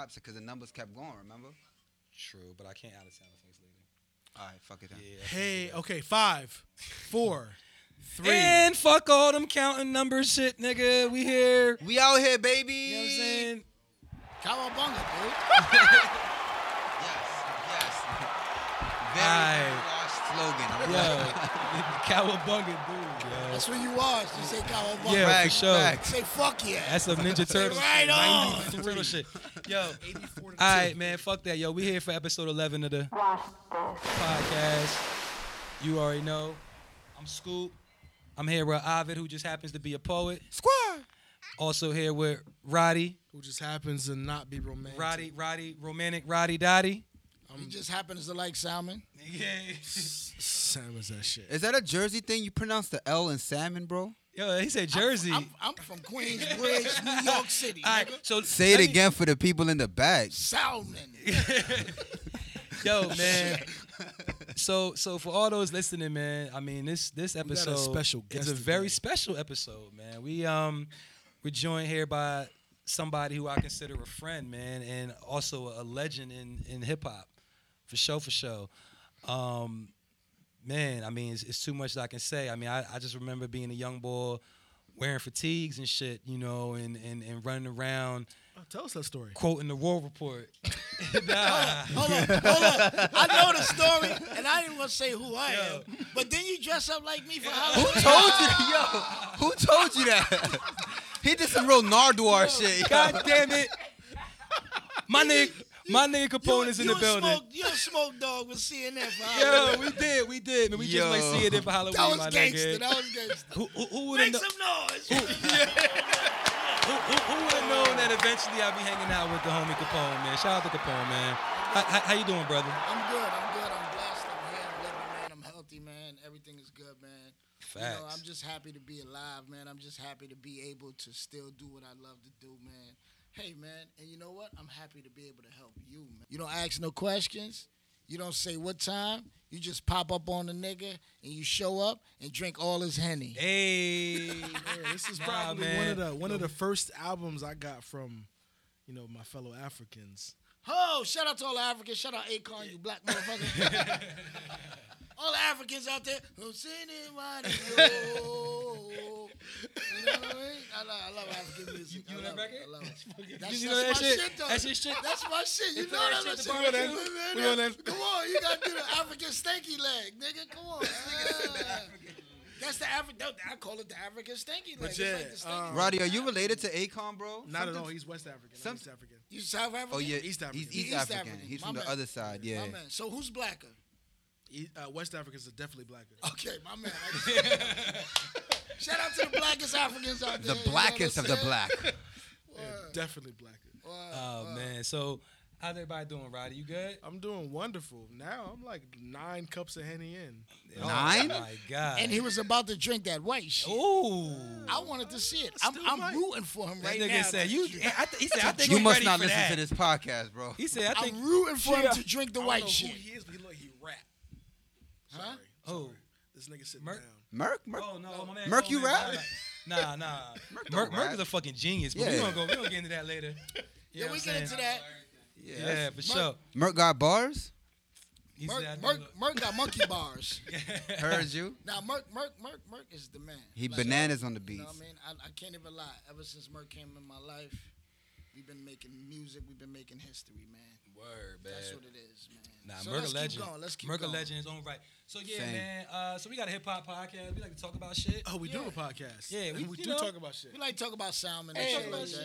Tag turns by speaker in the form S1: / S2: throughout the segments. S1: opposite because the numbers kept going. Remember?
S2: True, but I can't out of town the first lady.
S1: All right, fuck it. Then.
S2: Yeah. I can't
S3: Hey,
S2: do that.
S3: okay, five, four, three.
S2: And fuck all them counting numbers shit, nigga. We here.
S1: We out here, baby.
S2: You know what I'm saying?
S4: Cowabunga, dude.
S1: Yes, yes.
S2: Aye.
S1: Very washed slogan. I'm
S2: Yo,
S1: like-
S2: cowabunga, dude. Yo.
S4: That's what you are. You say cowabunga.
S2: Yeah,
S1: Facts,
S2: for sure.
S1: facts.
S4: Say fuck yeah.
S2: That's some Ninja Turtle
S4: Right
S2: shit.
S4: on.
S2: 90s Ninja Turtle shit. Yo,
S4: 84 to
S2: all
S4: two.
S2: right, man. Fuck that. Yo, we here for episode 11 of the podcast. You already know. I'm Scoop. I'm here with Ovid, who just happens to be a poet.
S3: Squad.
S2: Also here with Roddy.
S3: Who just happens to not be romantic.
S2: Roddy, Roddy, romantic Roddy Dotty.
S4: He just happens to like salmon.
S3: Sam is that shit.
S1: Is that a Jersey thing? You pronounce the L in salmon, bro?
S2: Yo, he said Jersey.
S4: I'm, I'm from Queensbridge, New York City.
S2: all right,
S4: nigga.
S2: so
S1: Say it
S2: let me-
S1: again for the people in the back.
S4: Salmon.
S2: Yo, man. So so for all those listening, man, I mean this this
S3: got a
S2: episode
S3: special
S2: it's
S3: guest
S2: a very
S3: today.
S2: special episode, man. We um we're joined here by somebody who I consider a friend, man, and also a legend in in hip hop. For show for show. Um man, I mean it's, it's too much that I can say. I mean I, I just remember being a young boy wearing fatigues and shit, you know, and and, and running around
S3: Oh, tell us that story.
S2: quoting the war report. Nah.
S4: Hold on, hold on. I know the story, and I didn't want to say who I
S2: Yo.
S4: am. But then you dress up like me
S1: Who
S4: for Halloween.
S1: told you? Yo, who told you that? he did some real Nardwar shit. yo.
S2: God damn it. My nigga, my nigga Capone is in
S4: you
S2: the building.
S4: Smoke, you a smoke dog with CNN for
S2: Yo,
S4: Halloween.
S2: we did, we did, man. We
S1: Yo.
S2: just like see it in for Halloween,
S4: that was
S2: my
S4: gangster. Oh,
S2: nigga.
S4: That was gangster.
S2: Who, who, who would have
S4: Make
S2: known,
S4: some noise.
S2: who, who, who would've known that eventually I'd be hanging out with the homie Capone, man? Shout out to Capone, man. How, how, how you doing, brother?
S4: I'm good. I'm good. I'm blessed. I'm here. I'm living, man. I'm healthy, man. Everything is good, man. You know,
S2: Facts.
S4: I'm just happy to be alive, man. I'm just happy to be able to still do what I love to do, man. Hey, man. And you know what? I'm happy to be able to help you, man. You don't ask no questions. You don't say what time. You just pop up on the nigga and you show up and drink all his henny.
S2: Hey.
S3: Yeah, this is
S2: Nah,
S3: probably
S2: man.
S3: one of the one of the first albums I got from, you know, my fellow Africans.
S4: Oh, shout out to all the Africans. Shout out Akon, you black motherfucker. all the Africans out there. Who seen it, why they know. You know what I mean? I love, I love African
S2: you
S4: music. I
S2: know
S4: love
S2: that
S4: it. I
S2: record?
S4: love it. That's,
S2: Did you know that
S4: that's my
S2: shit?
S4: shit, though.
S2: That's your shit.
S4: That's my shit. You
S2: They
S4: know
S2: throw
S4: that
S2: that shit at
S4: shit.
S2: the barbecue. We
S4: Come
S2: know
S4: on,
S2: that.
S4: Come on, you gotta do the African stanky leg, nigga. Come on. Ah. That's the African. I call it the African stanky leg. It's
S3: yeah,
S4: like the stanky.
S3: um,
S1: Roddy, are you related to Akon, bro?
S3: Not at
S1: Something-
S3: all. He's West African. I'm
S1: some-
S3: East African.
S4: you South African?
S1: Oh yeah,
S3: East African.
S1: He's East,
S4: East
S1: African.
S4: African,
S1: He's
S4: my
S1: from the
S4: man.
S1: other side. Yeah.
S4: My man. So who's blacker?
S3: E- uh, West Africans are definitely blacker.
S4: Okay, my man. Shout out to the blackest Africans out there.
S1: The
S4: you know what
S1: blackest
S4: I'm
S1: of the
S4: saying?
S1: black.
S3: They're definitely blacker.
S4: Word,
S2: Oh
S4: word.
S2: man. So how's everybody doing, Roddy? You good?
S3: I'm doing wonderful now. I'm like nine cups of henny in.
S1: Nine?
S2: Oh my god.
S4: And he was about to drink that white shit.
S2: Ooh.
S4: I wanted to see it. I'm,
S3: Still
S4: I'm
S3: might.
S4: rooting for him
S2: That
S4: right
S2: nigga
S4: now.
S2: said you. I th- he said I think
S1: You
S2: I'm
S1: must
S2: ready
S1: not
S2: for
S1: listen
S2: that.
S1: to this podcast, bro.
S2: He said I think.
S4: I'm rooting for him
S2: Yeah.
S4: to drink the
S3: I don't
S4: white
S3: know
S4: shit.
S3: Who he is, but he look he rap.
S4: Huh?
S3: Sorry.
S2: Oh.
S3: sorry. This nigga sitting
S2: Merc-
S3: down.
S1: Merc, Merc.
S2: Oh no, my man.
S1: Merc,
S2: oh,
S1: you
S2: man,
S1: rap?
S2: Nah, nah. nah. Merc,
S1: don't
S2: Merc,
S1: rap.
S2: is a fucking genius, but
S1: Yeah.
S2: we're gonna go. We're gonna get into that later. You know
S4: yeah,
S2: what
S4: we
S2: I'm
S4: get into
S2: saying?
S4: that.
S1: Yeah.
S2: Yeah,
S1: that's-
S2: for sure.
S1: Merc got bars.
S2: He
S4: Merc,
S2: said, I
S4: Merc,
S2: do look-
S4: Merc got monkey bars.
S1: Heard you.
S4: Now, Merc, Merc, Merc, Merc is the man.
S1: He
S4: Like,
S1: bananas on the
S4: You know
S1: beats.
S4: what I mean? I, I can't even lie. Ever since Merc came in my life, we've been making music. We've been making history, man.
S2: Word, man.
S4: That's what it is, man.
S2: Nah,
S4: so
S2: Merc
S4: let's
S2: a legend.
S4: keep going. Let's keep
S2: Merc
S4: going.
S2: a legend in his own right. So yeah,
S1: Same.
S2: man. Uh, so we got a hip hop podcast. We like to talk about shit.
S3: Oh, we do
S4: Yeah.
S3: a podcast.
S2: Yeah,
S3: And
S2: we-
S3: we,
S2: you
S3: do
S2: know,
S3: talk about shit.
S4: We like to talk about salmon and
S2: Hey,
S4: shit
S2: about
S4: like
S2: shit.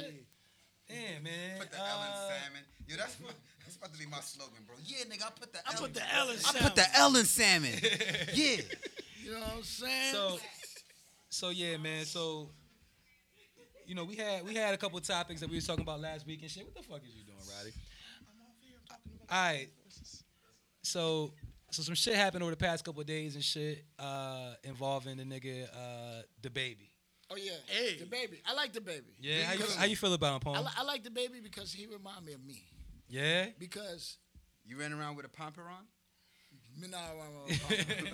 S4: that.
S2: Damn, man.
S1: Put the
S2: uh,
S1: L in salmon. Yo, that's my, that's about to be my slogan, bro. Yeah, nigga, I put the
S4: I
S1: L.
S4: put
S1: in-
S4: the L in
S1: I
S4: salmon.
S1: put the L in salmon. yeah.
S4: You know what I'm saying?
S2: So, so yeah, man. So, you know, we had we had a couple topics that we was talking about last week and shit. What the fuck is you doing, Roddy? All right. So, so some shit happened over the past couple of days and shit uh, involving the nigga, uh, the baby.
S4: oh yeah,
S3: Hey.
S4: the baby. I like the baby.
S2: Yeah. How you,
S4: Because-
S2: how you feel about him,
S4: I,
S2: Paul?
S4: li- I like the baby because he remind me of me.
S2: Yeah.
S4: Because
S1: You ran around with a pomperon?
S2: Uh-huh.
S4: nah, nah, nah, nah,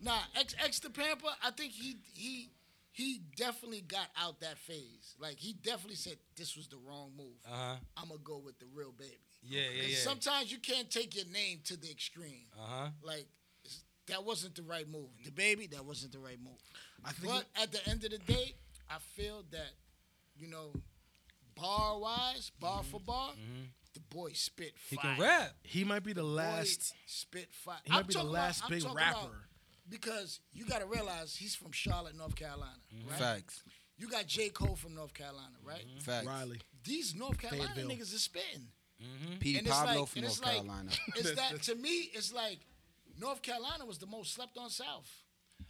S4: nah. nah, ex ex the pamper. I think he he he definitely got out that phase. Like he definitely said this was the wrong move.
S2: Uh huh.
S4: I'm gonna go with the real baby.
S2: Yeah, yeah,
S4: 'Cause
S2: yeah.
S4: Sometimes you can't take your name to the extreme.
S2: uh huh.
S4: Like it's- that wasn't the right move. The baby, that wasn't the right move.
S3: I think
S4: But at the end of the day, I feel that, you know, bar wise, bar for bar, the boy spit
S2: He
S4: fire.
S2: can rap.
S3: he might be the
S4: Boy
S3: last.
S4: spit fire.
S3: He might
S4: I'm
S3: be the
S4: talking
S3: last
S4: about- I'm
S3: big
S4: talking
S3: rapper.
S4: about- because you got to realize he's from Charlotte, North Carolina,
S1: Mm-hmm.
S4: right?
S1: Facts.
S4: You got J. Cole from North Carolina, right?
S1: Facts.
S3: Riley.
S4: These North Carolina
S3: Fayetteville.
S4: niggas are spitting.
S1: P.
S4: Mm-hmm. And it's
S1: Pablo
S4: like-
S1: from
S4: and it's
S1: North
S4: like-
S1: Carolina.
S4: It's that to me, it's like North Carolina was the most slept on South.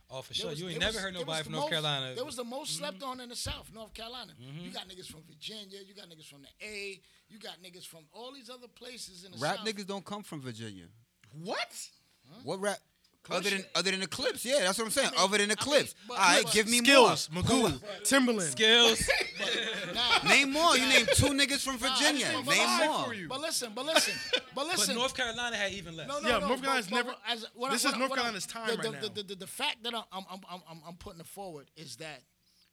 S2: Oh, for
S4: There
S2: sure.
S4: was-
S2: you ain't
S4: there
S2: never
S4: was-
S2: heard
S4: there was
S2: nobody
S4: the
S2: from North
S4: most-
S2: Carolina. Mm-hmm.
S4: There was the most slept on in the South, North Carolina. You got niggas from Virginia. You got niggas from the A. You got niggas from all these other places in the
S1: Rap
S4: South.
S1: niggas don't come from Virginia.
S3: What?
S1: What rap? Other than
S4: shit.
S1: other than the clips, yeah, that's what I'm saying. other than the
S4: I mean,
S1: clips,
S4: but-
S1: all right,
S4: but-
S1: give me
S3: Skills,
S1: more.
S3: Magoo, Timberland.
S2: skills.
S4: Nah,
S1: Name more. You name two niggas from Virginia.
S4: just wanna
S1: name
S4: lie
S1: more.
S3: for you.
S4: But listen, but listen, but
S2: but
S4: listen.
S2: North Carolina had even less.
S4: No, no,
S3: Yeah,
S4: no,
S3: North
S4: but-
S3: Carolina's
S4: but
S3: never-
S4: as- what I-
S3: this
S4: what
S3: is
S4: I-
S3: North
S4: what I-
S3: Carolina's time
S4: the,
S3: right
S4: the,
S3: now.
S4: The, the, the fact that I'm, I'm, I'm, I'm- I'm, I'm putting it forward is that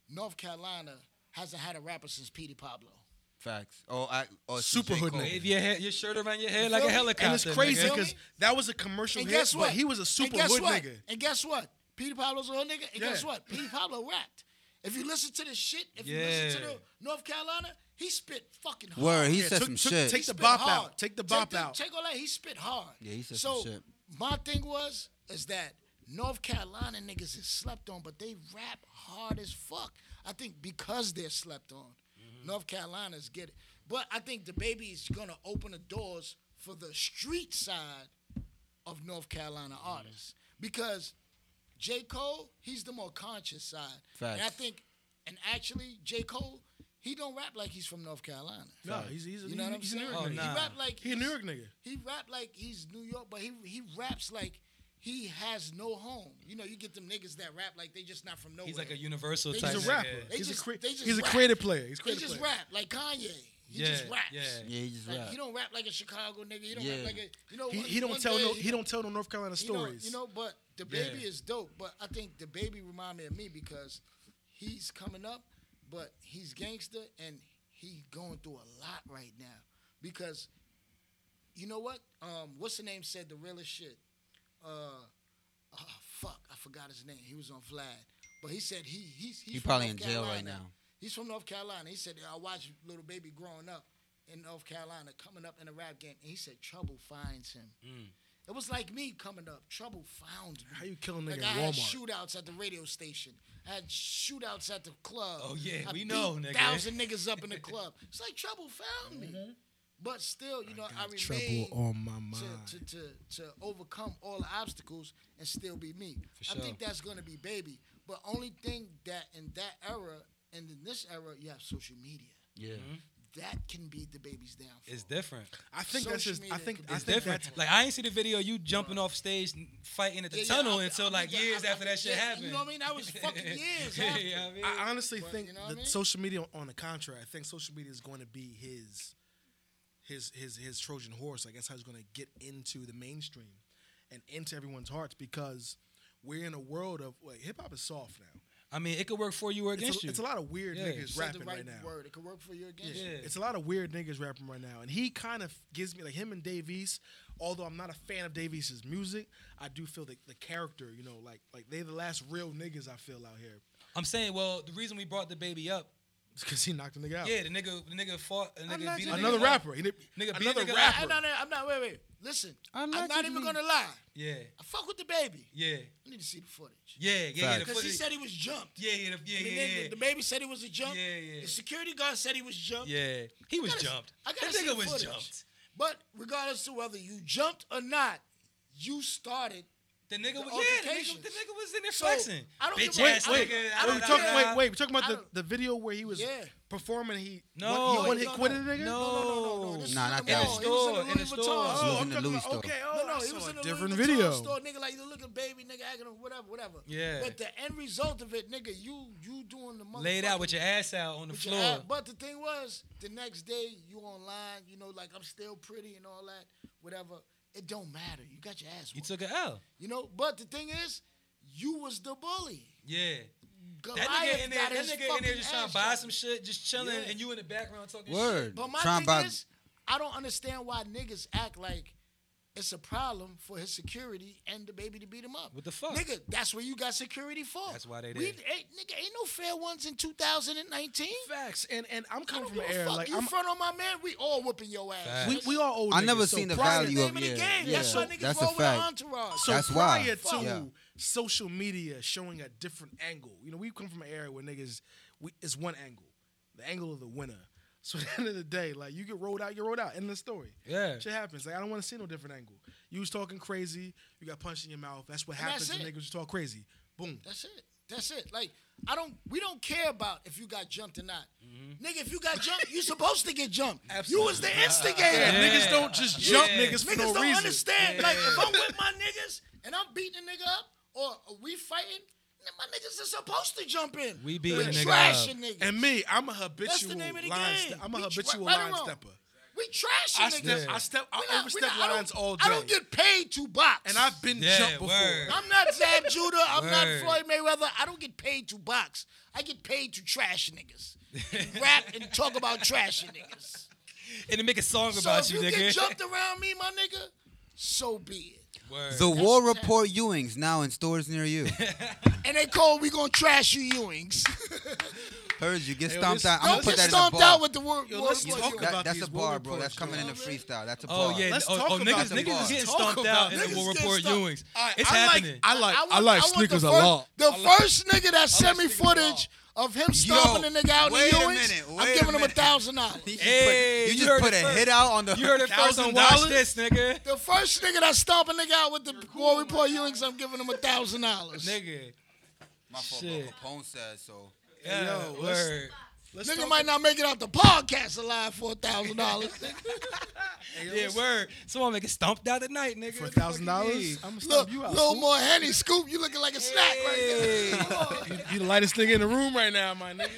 S4: North Carolina hasn't had a rapper since Petey Pablo.
S1: Facts. Oh, I. Oh, it's
S3: Super
S1: J.
S3: hood
S1: Cole.
S2: Wave your, head, your shirt around your head like a
S4: feel me?
S2: helicopter.
S3: And it's crazy
S2: nigga.
S4: Feel
S3: because
S4: me?
S3: that was a commercial
S4: And
S3: hit,
S4: guess what?
S3: but he was a
S4: and
S3: super
S4: guess
S3: hood
S4: what?
S3: nigga.
S4: And guess what? Petey Pablo's a hood nigga. And guess
S3: Yeah.
S4: what? Petey Pablo rapped. If you listen to the shit, if you listen to
S2: Yeah.
S4: the North Carolina, he spit fucking hard.
S1: Word. He
S3: Yeah,
S1: said
S3: took-
S1: some
S3: took-
S1: shit.
S3: take
S4: He
S3: the
S4: spit
S3: bop
S4: hard.
S3: out. Take the bop out.
S4: Take all that. He spit hard.
S1: Yeah, he said
S4: so
S1: some shit.
S4: my thing was is that North Carolina niggas is slept on, but they rap hard as fuck. I think because they're slept on,
S3: Mm-hmm.
S4: North Carolina's get it. But I think the baby is gonna open the doors for the street side of North Carolina
S3: Mm-hmm.
S4: artists because J. Cole, he's the more conscious side, and I
S1: Facts.
S4: think, and actually J. Cole, he don't rap like he's from North Carolina.
S3: no, he's, he's,
S4: You know what I'm
S3: he's a
S4: saying?
S3: New York
S2: Oh,
S3: nigga.
S2: nah.
S4: He rap like
S3: He a New
S4: he's-
S3: York nigga.
S4: He rap like he's New York, but he he raps like he has no home. You know, you get them niggas that rap like they just not from nowhere.
S2: He's like a universal
S4: They
S2: type.
S3: He's
S4: just-
S3: a
S2: nigga.
S3: rapper.
S4: They
S3: He's,
S4: just-
S3: a, cre-
S4: they just
S3: he's a
S4: rap.
S3: creative player. He's a
S4: they
S3: creative
S4: just
S3: player.
S4: rap like Kanye. He just
S2: Yeah,
S4: raps.
S2: yeah.
S1: Yeah, he just
S4: Like,
S1: rap.
S4: he don't rap like a Chicago nigga. He don't
S1: Yeah.
S4: rap like a you know.
S3: He,
S4: one-
S3: he don't
S4: one
S3: tell
S4: day
S3: no
S4: he-
S3: he don't tell no North Carolina
S4: you know-
S3: stories.
S4: You know, but the
S2: Yeah.
S4: baby is dope. But I think the baby remind me of me because he's coming up, but he's gangster and he going through a lot right now because you know what? Um, what's the name said the realest shit? Uh, oh, fuck, I forgot his name. He was on Vlad, but he said he he's, he's
S1: He
S4: from
S1: probably
S4: North
S1: in jail right
S4: Carolina.
S1: now.
S4: He's from North Carolina. He said I watched little baby growing up in North Carolina, coming up in the rap game, and he said trouble finds him. It was like me coming up. Trouble found me.
S3: How you kill a nigga
S4: like
S3: at
S4: I had
S3: Walmart?
S4: shootouts at the radio station. I had shootouts at the club.
S2: Oh, yeah,
S4: I
S2: we know, nigga.
S4: Thousand niggas up in the club. It's like trouble found me. But still, you know, I, remain
S3: trouble on my mind.
S4: to, to, to, to overcome all the obstacles and still be me.
S2: For
S4: I think
S2: sure.
S4: that's gonna be baby. But only thing that in that era and in this era, you have social media.
S1: Yeah.
S4: That can be the baby's downfall.
S2: It's different.
S3: I think
S4: Social
S3: that's just. I
S4: media
S3: think
S4: could be
S3: I
S2: It's
S3: think
S2: different.
S3: that's.
S2: Like I ain't see the video you jumping off stage and fighting at the
S4: Yeah, yeah,
S2: tunnel
S4: I-
S2: until
S4: I-
S2: like
S4: yeah,
S2: years
S4: I-
S2: after that shit
S4: yeah,
S2: happened.
S4: You know what I mean? That was fucking years. after.
S2: yeah, I mean,
S3: I honestly
S4: But,
S3: think
S4: you know what
S3: that
S4: I mean?
S3: social media on the contrary, I think social media is going to be his his his his Trojan horse. Like that's how he's going to get into the mainstream and into everyone's hearts because we're in a world of like hip hop is soft now.
S2: I mean, it could work for you or against
S3: It's a,
S2: you.
S3: it's a lot of weird
S2: Yeah. You
S3: niggas
S4: Said
S3: rapping
S4: the
S3: right,
S4: right,
S3: now.
S4: word. It could work for you against
S2: Yeah.
S4: you.
S3: It's a lot of weird niggas rapping right now, and he kind of gives me like him and Dave East. Although I'm not a fan of Dave East's music, I do feel the, the character. You know, like like they're the last real niggas I feel out here
S2: I'm saying, well, the reason we brought the baby up,
S3: because he knocked a nigga out.
S2: yeah, the nigga, the nigga fought, the nigga beat a
S3: Another
S2: nigga up.
S3: rapper. He did-
S2: Nigga beat
S3: another
S2: nigga up.
S4: I,
S3: rapper.
S4: I, no, no, I'm not. Wait, wait. Listen, I'm not, even
S1: Allegedly.
S4: gonna lie.
S2: Yeah,
S4: I fuck with the baby.
S2: yeah,
S4: I need to see the footage.
S2: yeah, yeah. yeah the
S1: Facts.
S4: Because he
S2: footage-
S4: said he was jumped.
S2: yeah, yeah, the- yeah,
S4: I mean,
S2: yeah,
S4: then
S2: yeah.
S4: The, the baby said he was a jump.
S2: Yeah, yeah.
S4: The security guard said he was jumped.
S2: Yeah, he was
S4: gotta-
S2: jumped.
S4: I
S2: That
S4: gotta see
S2: nigga
S4: the
S2: was
S4: footage.
S2: jumped.
S4: But regardless to whether you jumped or not, you started.
S2: The nigga was yeah, the nigga,
S4: altercations.
S2: the nigga was in there
S4: So,
S2: flexing.
S4: I don't
S2: Bitch
S4: give a-
S2: ass
S4: I don't-
S2: nigga.
S4: I
S3: Wait,
S4: don't
S3: we
S4: know.
S3: talking,
S4: Yeah.
S3: wait, wait, we're talking about
S4: I
S3: the,
S4: don't-
S3: the video where he was
S4: Yeah.
S3: performing. He
S2: No,
S3: one, he one hit
S4: no,
S3: quit
S4: no.
S3: a
S2: No.
S3: nigga.
S4: No, no, no, no. This
S1: Nah,
S4: is
S1: not that
S4: in the
S1: one.
S4: mall. He was
S2: In the
S4: Louis
S2: store,
S1: He was
S3: Oh, I'm
S4: Vuitton.
S1: in the
S3: talking
S1: Louis
S3: about,
S1: store.
S3: okay, oh,
S4: No, no,
S3: I
S4: it
S3: saw
S4: was
S3: a
S4: in a
S3: different
S4: Louis Vuitton
S3: video.
S4: store, nigga. Like you look at baby, nigga, acting or whatever, whatever.
S2: Yeah.
S4: But the end result of it, nigga, you you doing the motherfucking
S2: Laid out with your ass out on the
S4: with your
S2: floor.
S4: ass. But the thing was, the next day you online, you know, like I'm still pretty and all that, whatever. It don't matter. You got your ass.
S2: you
S4: whooped,
S2: took an L.
S4: you know. But the thing is, you was the bully.
S2: Yeah.
S4: Goliath
S2: That nigga in there,
S4: got
S2: that
S4: his
S2: nigga in there
S4: fucking
S2: just trying
S4: ass
S2: to buy
S4: chopped.
S2: some shit, just chilling,
S3: Yeah.
S2: and you in the background talking
S1: Word.
S2: shit.
S4: But my
S1: Trying
S4: thing
S1: by-
S4: is, I don't understand why niggas act like it's a problem for his security and the baby to beat him up.
S2: What the fuck?
S4: nigga? That's what you got security for.
S2: That's why they
S4: We,
S2: did.
S4: ain't, nigga, ain't no fair ones in 2019.
S3: Facts. And and I'm coming
S4: I don't
S3: from
S4: give
S3: an
S4: a
S3: era
S4: fuck.
S3: like
S4: you
S3: I'm,
S4: front on my man. We all whooping your ass.
S2: Facts.
S3: we, we are old.
S1: I never
S3: niggas, so
S1: seen the
S3: prior-
S1: value of
S4: Name of the
S1: yeah.
S4: game.
S1: yeah.
S4: That's why niggas
S1: That's a
S4: roll with an
S1: fact.
S4: entourage.
S3: So
S1: That's why.
S3: prior to
S1: Yeah.
S3: social media showing a different angle, you know, we come from an era where niggas, we, it's one angle, the angle of the winner. So at the end of the day, like you get rolled out, you're rolled out. End of the story.
S2: Yeah.
S3: shit happens. Like I don't want to see no different angle. You was talking crazy, you got punched in your mouth. That's what
S4: And
S3: happens
S4: that's
S3: when
S4: it.
S3: niggas just talk crazy. Boom.
S4: That's it. That's it. Like I don't. We don't care about if you got jumped or not.
S2: Mm-hmm.
S4: Nigga, if you got jumped, you supposed to get jumped. You was the instigator.
S3: Yeah,
S2: Yeah.
S3: Niggas don't just jump
S2: Yeah.
S3: niggas for
S4: Niggas
S3: no
S4: don't
S3: reason.
S4: understand. Like if I'm with my niggas and I'm beating a nigga up or we fighting, then my niggas are supposed to jump in.
S2: We beating
S4: we
S2: a nigga
S4: trashing
S2: up.
S4: niggas.
S3: And me, I'm a
S4: That's
S3: habitual
S4: the name of the
S3: line.
S4: game.
S3: Ste- I'm a
S4: We tra-
S3: habitual
S4: right or
S3: line
S4: wrong.
S3: stepper.
S4: we trashing
S3: I
S4: niggas.
S3: step, I step, I
S4: We not- we
S3: overstep
S4: not- I don't-
S3: lines all day.
S4: I don't get paid to box.
S3: and I've been
S2: Yeah,
S3: jumped before.
S2: word.
S4: I'm not Zab Judah. I'm not
S2: Word.
S4: Floyd Mayweather. I don't get paid to box. I get paid to trash niggas, and rap and talk about trashing niggas.
S2: And to make a song
S4: So
S2: about
S4: if
S2: you,
S4: you
S2: nigga.
S4: get jumped around me, my nigga, so be it.
S2: Word.
S1: The War
S4: what's
S1: Report Ewings now in stores near you.
S4: And they call we gonna trash you Ewings.
S1: Heard you get
S3: Yo,
S1: stomped
S3: this-
S1: out. I'm
S4: Don't
S1: gonna put
S4: get
S1: that in
S4: stomped
S1: the bar.
S4: out with the word.
S3: Yo,
S4: word
S3: let's
S4: for
S3: talk
S4: you.
S1: That-
S3: about
S1: that's
S3: these
S1: a bar,
S3: war
S1: bro. That's
S3: reports,
S1: coming
S4: yo.
S1: in the freestyle. That's a
S2: Oh
S1: bar.
S2: yeah,
S3: Let's
S2: oh,
S3: talk
S2: oh,
S3: about
S2: niggas,
S1: the
S2: niggas
S1: bar.
S2: is getting
S3: Talk
S2: stomped
S3: about-
S2: out in
S4: niggas
S2: the War
S4: getting
S2: Report
S4: stomped.
S2: Ewings.
S3: All right,
S2: It's
S3: I like-
S2: happening.
S3: I like, I,
S4: want-
S3: like
S4: want the
S3: sneakers a
S4: first-
S3: lot.
S4: The first nigga that sent me
S2: sneakers a lot.
S4: footage of him stomping a nigga out in
S1: wait a
S4: Ewings,
S1: minute, wait
S4: I'm
S1: a
S4: giving him a
S1: minute.
S4: thousand dollars.
S1: You just
S2: Hey,
S1: put,
S2: you
S1: you just
S2: heard
S1: put a
S2: it first.
S1: hit out on the.
S2: You heard it first on Watch
S3: $1,000?
S2: This, nigga.
S4: The first nigga that stomped a nigga out with the War Report Ewings, I'm giving him a thousand dollars.
S2: Nigga.
S1: My fault,
S2: Shit.
S1: Capone said so.
S2: Yeah,
S3: yo, let's-
S2: word.
S3: Let's
S4: Nigga
S3: talk-
S4: might not make it out the podcast alive for a thousand dollars.
S3: Hey, yo,
S2: Yeah,
S3: let's-
S2: word. Someone make it stomped out tonight, nigga.
S3: For
S2: What the fuck
S3: thousand
S2: you
S3: dollars,
S2: mean?
S3: I'm gonna
S4: Look,
S3: stop you out.
S4: little more Henny scoop. You looking like a snack right there.
S2: Hey.
S3: You, you the lightest nigga in the room right now, my nigga.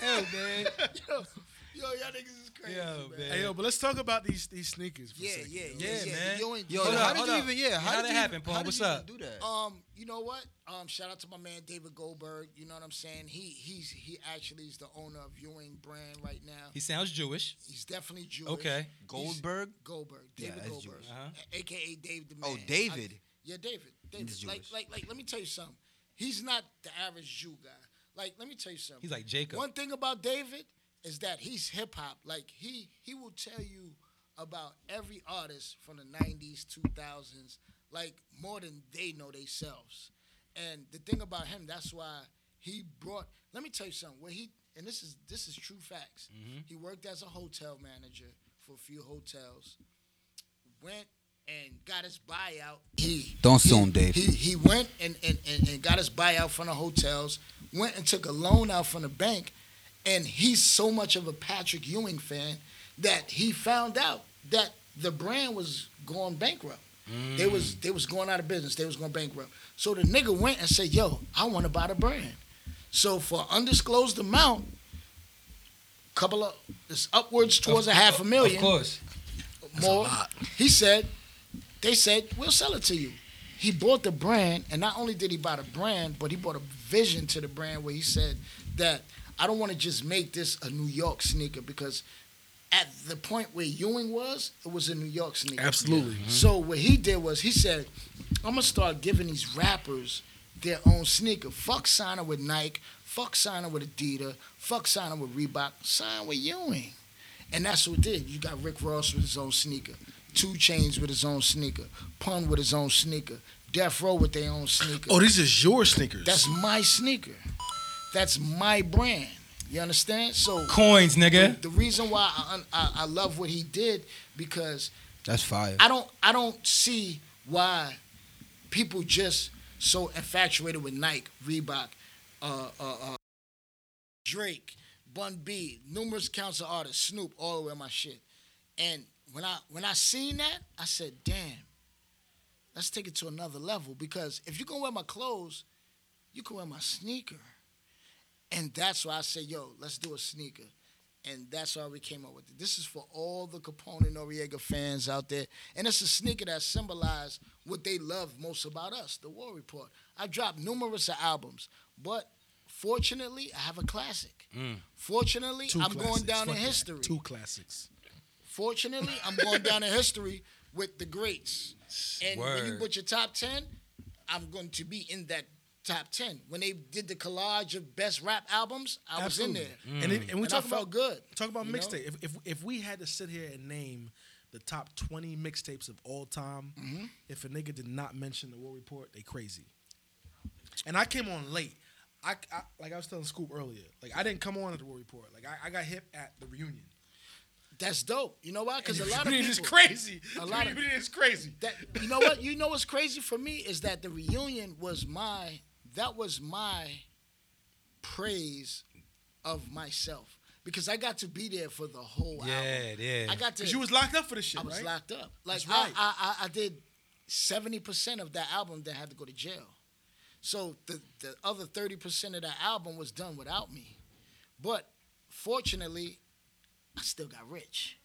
S2: Hell, man.
S4: Yo, yo, y'all niggas is crazy.
S2: Yo,
S4: man.
S2: man.
S3: hey, yo, but let's talk about these these sneakers. For a second, yo.
S2: yeah, man.
S4: You ain't-
S1: Yo,
S2: Hold
S1: how
S2: up,
S1: did
S2: hold
S1: you
S2: up.
S1: even? Yeah, how
S2: How
S1: did
S2: that
S1: you
S2: happen,
S1: even-
S2: Paul?
S1: how did
S2: What's
S1: you even
S2: up?
S1: Do that.
S4: Um, you know what? Um, shout out to my man David Goldberg. You know what I'm saying? He he's he actually is the owner of Ewing Brand right now.
S2: He sounds Jewish.
S4: He's definitely Jewish.
S2: Okay.
S4: He's-
S1: Goldberg?
S4: Goldberg.
S1: Yeah,
S4: David
S1: that's
S4: Goldberg.
S1: Jewish.
S2: Uh-huh.
S4: a- AKA Dave the Man.
S1: Oh, David.
S4: I- yeah, David. David.
S1: He's
S4: Like,
S1: Jewish.
S4: like, like, let me tell you something. He's not the average Jew guy. Like, let me tell you something.
S2: He's like Jacob.
S4: One thing about David is that he's hip hop. Like he he will tell you about every artist from the '90s, 2000s, like more than they know themselves. And the thing about him, that's why he brought. Let me tell you something. Where he and this is this is true facts. He worked as a hotel manager for a few hotels. Went and got his buyout. He
S1: Don't
S4: he-
S1: sue him, Dave.
S4: He he went and and, and and got his buyout from the hotels. Went and took a loan out from the bank, and he's so much of a Patrick Ewing fan that he found out that the brand was going bankrupt. They was they was going out of business. They was going bankrupt. So the nigga went and said, "Yo, I want to buy the brand." So for undisclosed amount, couple of it's upwards towards a half a million
S2: Of course.
S4: more. He said, they said, we'll sell it to you. He bought the brand, and not only did he buy the brand, but he bought a vision to the brand where he said that I don't want to just make this a New York sneaker because at the point where Ewing was, it was a New York sneaker.
S3: Absolutely.
S4: So what he did was he said, I'm gonna start giving these rappers their own sneaker. Fuck signing with Nike. Fuck signing with Adidas. Fuck signing with Reebok. Sign with Ewing. And that's what it did. You got Rick Ross with his own sneaker. Two Chains with his own sneaker. Pun with his own sneaker. Death Row with their own sneaker.
S3: Oh, these is your sneakers.
S4: That's my sneaker. That's my brand. You understand? So
S2: Coins, nigga.
S4: the reason why I, I, I love what he did because
S1: That's fire.
S4: I don't I don't see why people just so infatuated with Nike, Reebok, uh, uh, uh, Drake, Bun B, numerous counts of artists, Snoop, all the way my shit. And when I when I seen that, I said, "Damn, let's take it to another level." Because if you can wear my clothes, you can wear my sneaker, and that's why I say, "Yo, let's do a sneaker." And that's why we came up with it. This is for all the Capone and Noriega fans out there. And it's a sneaker that symbolizes what they love most about us, the War Report. I dropped numerous of albums, but Fortunately, I have a classic. Fortunately, I'm going down in
S3: Mm. Fuck that.
S4: history.
S3: Two classics.
S4: Fortunately, I'm going down in history with the greats. And when you
S2: Word.
S4: put your top 10, I'm going to be in that top 10. When they did the collage of best rap albums, I
S3: Absolutely.
S4: was in there.
S3: And, it, and we
S4: And I
S3: talk
S4: felt
S3: about
S4: good.
S3: talk about
S4: you know?
S3: mixtape. If, if if we had to sit here and name the top twenty mixtapes of all time,
S4: Mm-hmm.
S3: if a nigga did not mention the War Report, they crazy. And I came on late. I, I like I was telling Scoop earlier. Like I didn't come on at the War Report. Like I, I got hit at the reunion.
S4: That's dope. You know why? Because a lot of
S3: Reunion
S4: people.
S3: is crazy.
S4: a lot of-
S3: reunion is crazy.
S4: That you know what? You know what's crazy for me is that the reunion was my that was my praise of myself because I got to be there for the whole album.
S2: Yeah, yeah.
S4: I got to.
S3: Because you was locked up for this shit,
S4: I was
S3: right?
S4: locked up. Like
S3: That's right.
S4: I, I, I, I did seventy percent of that album that had to go to jail. So the the other thirty percent of that album was done without me. But fortunately, I still got rich.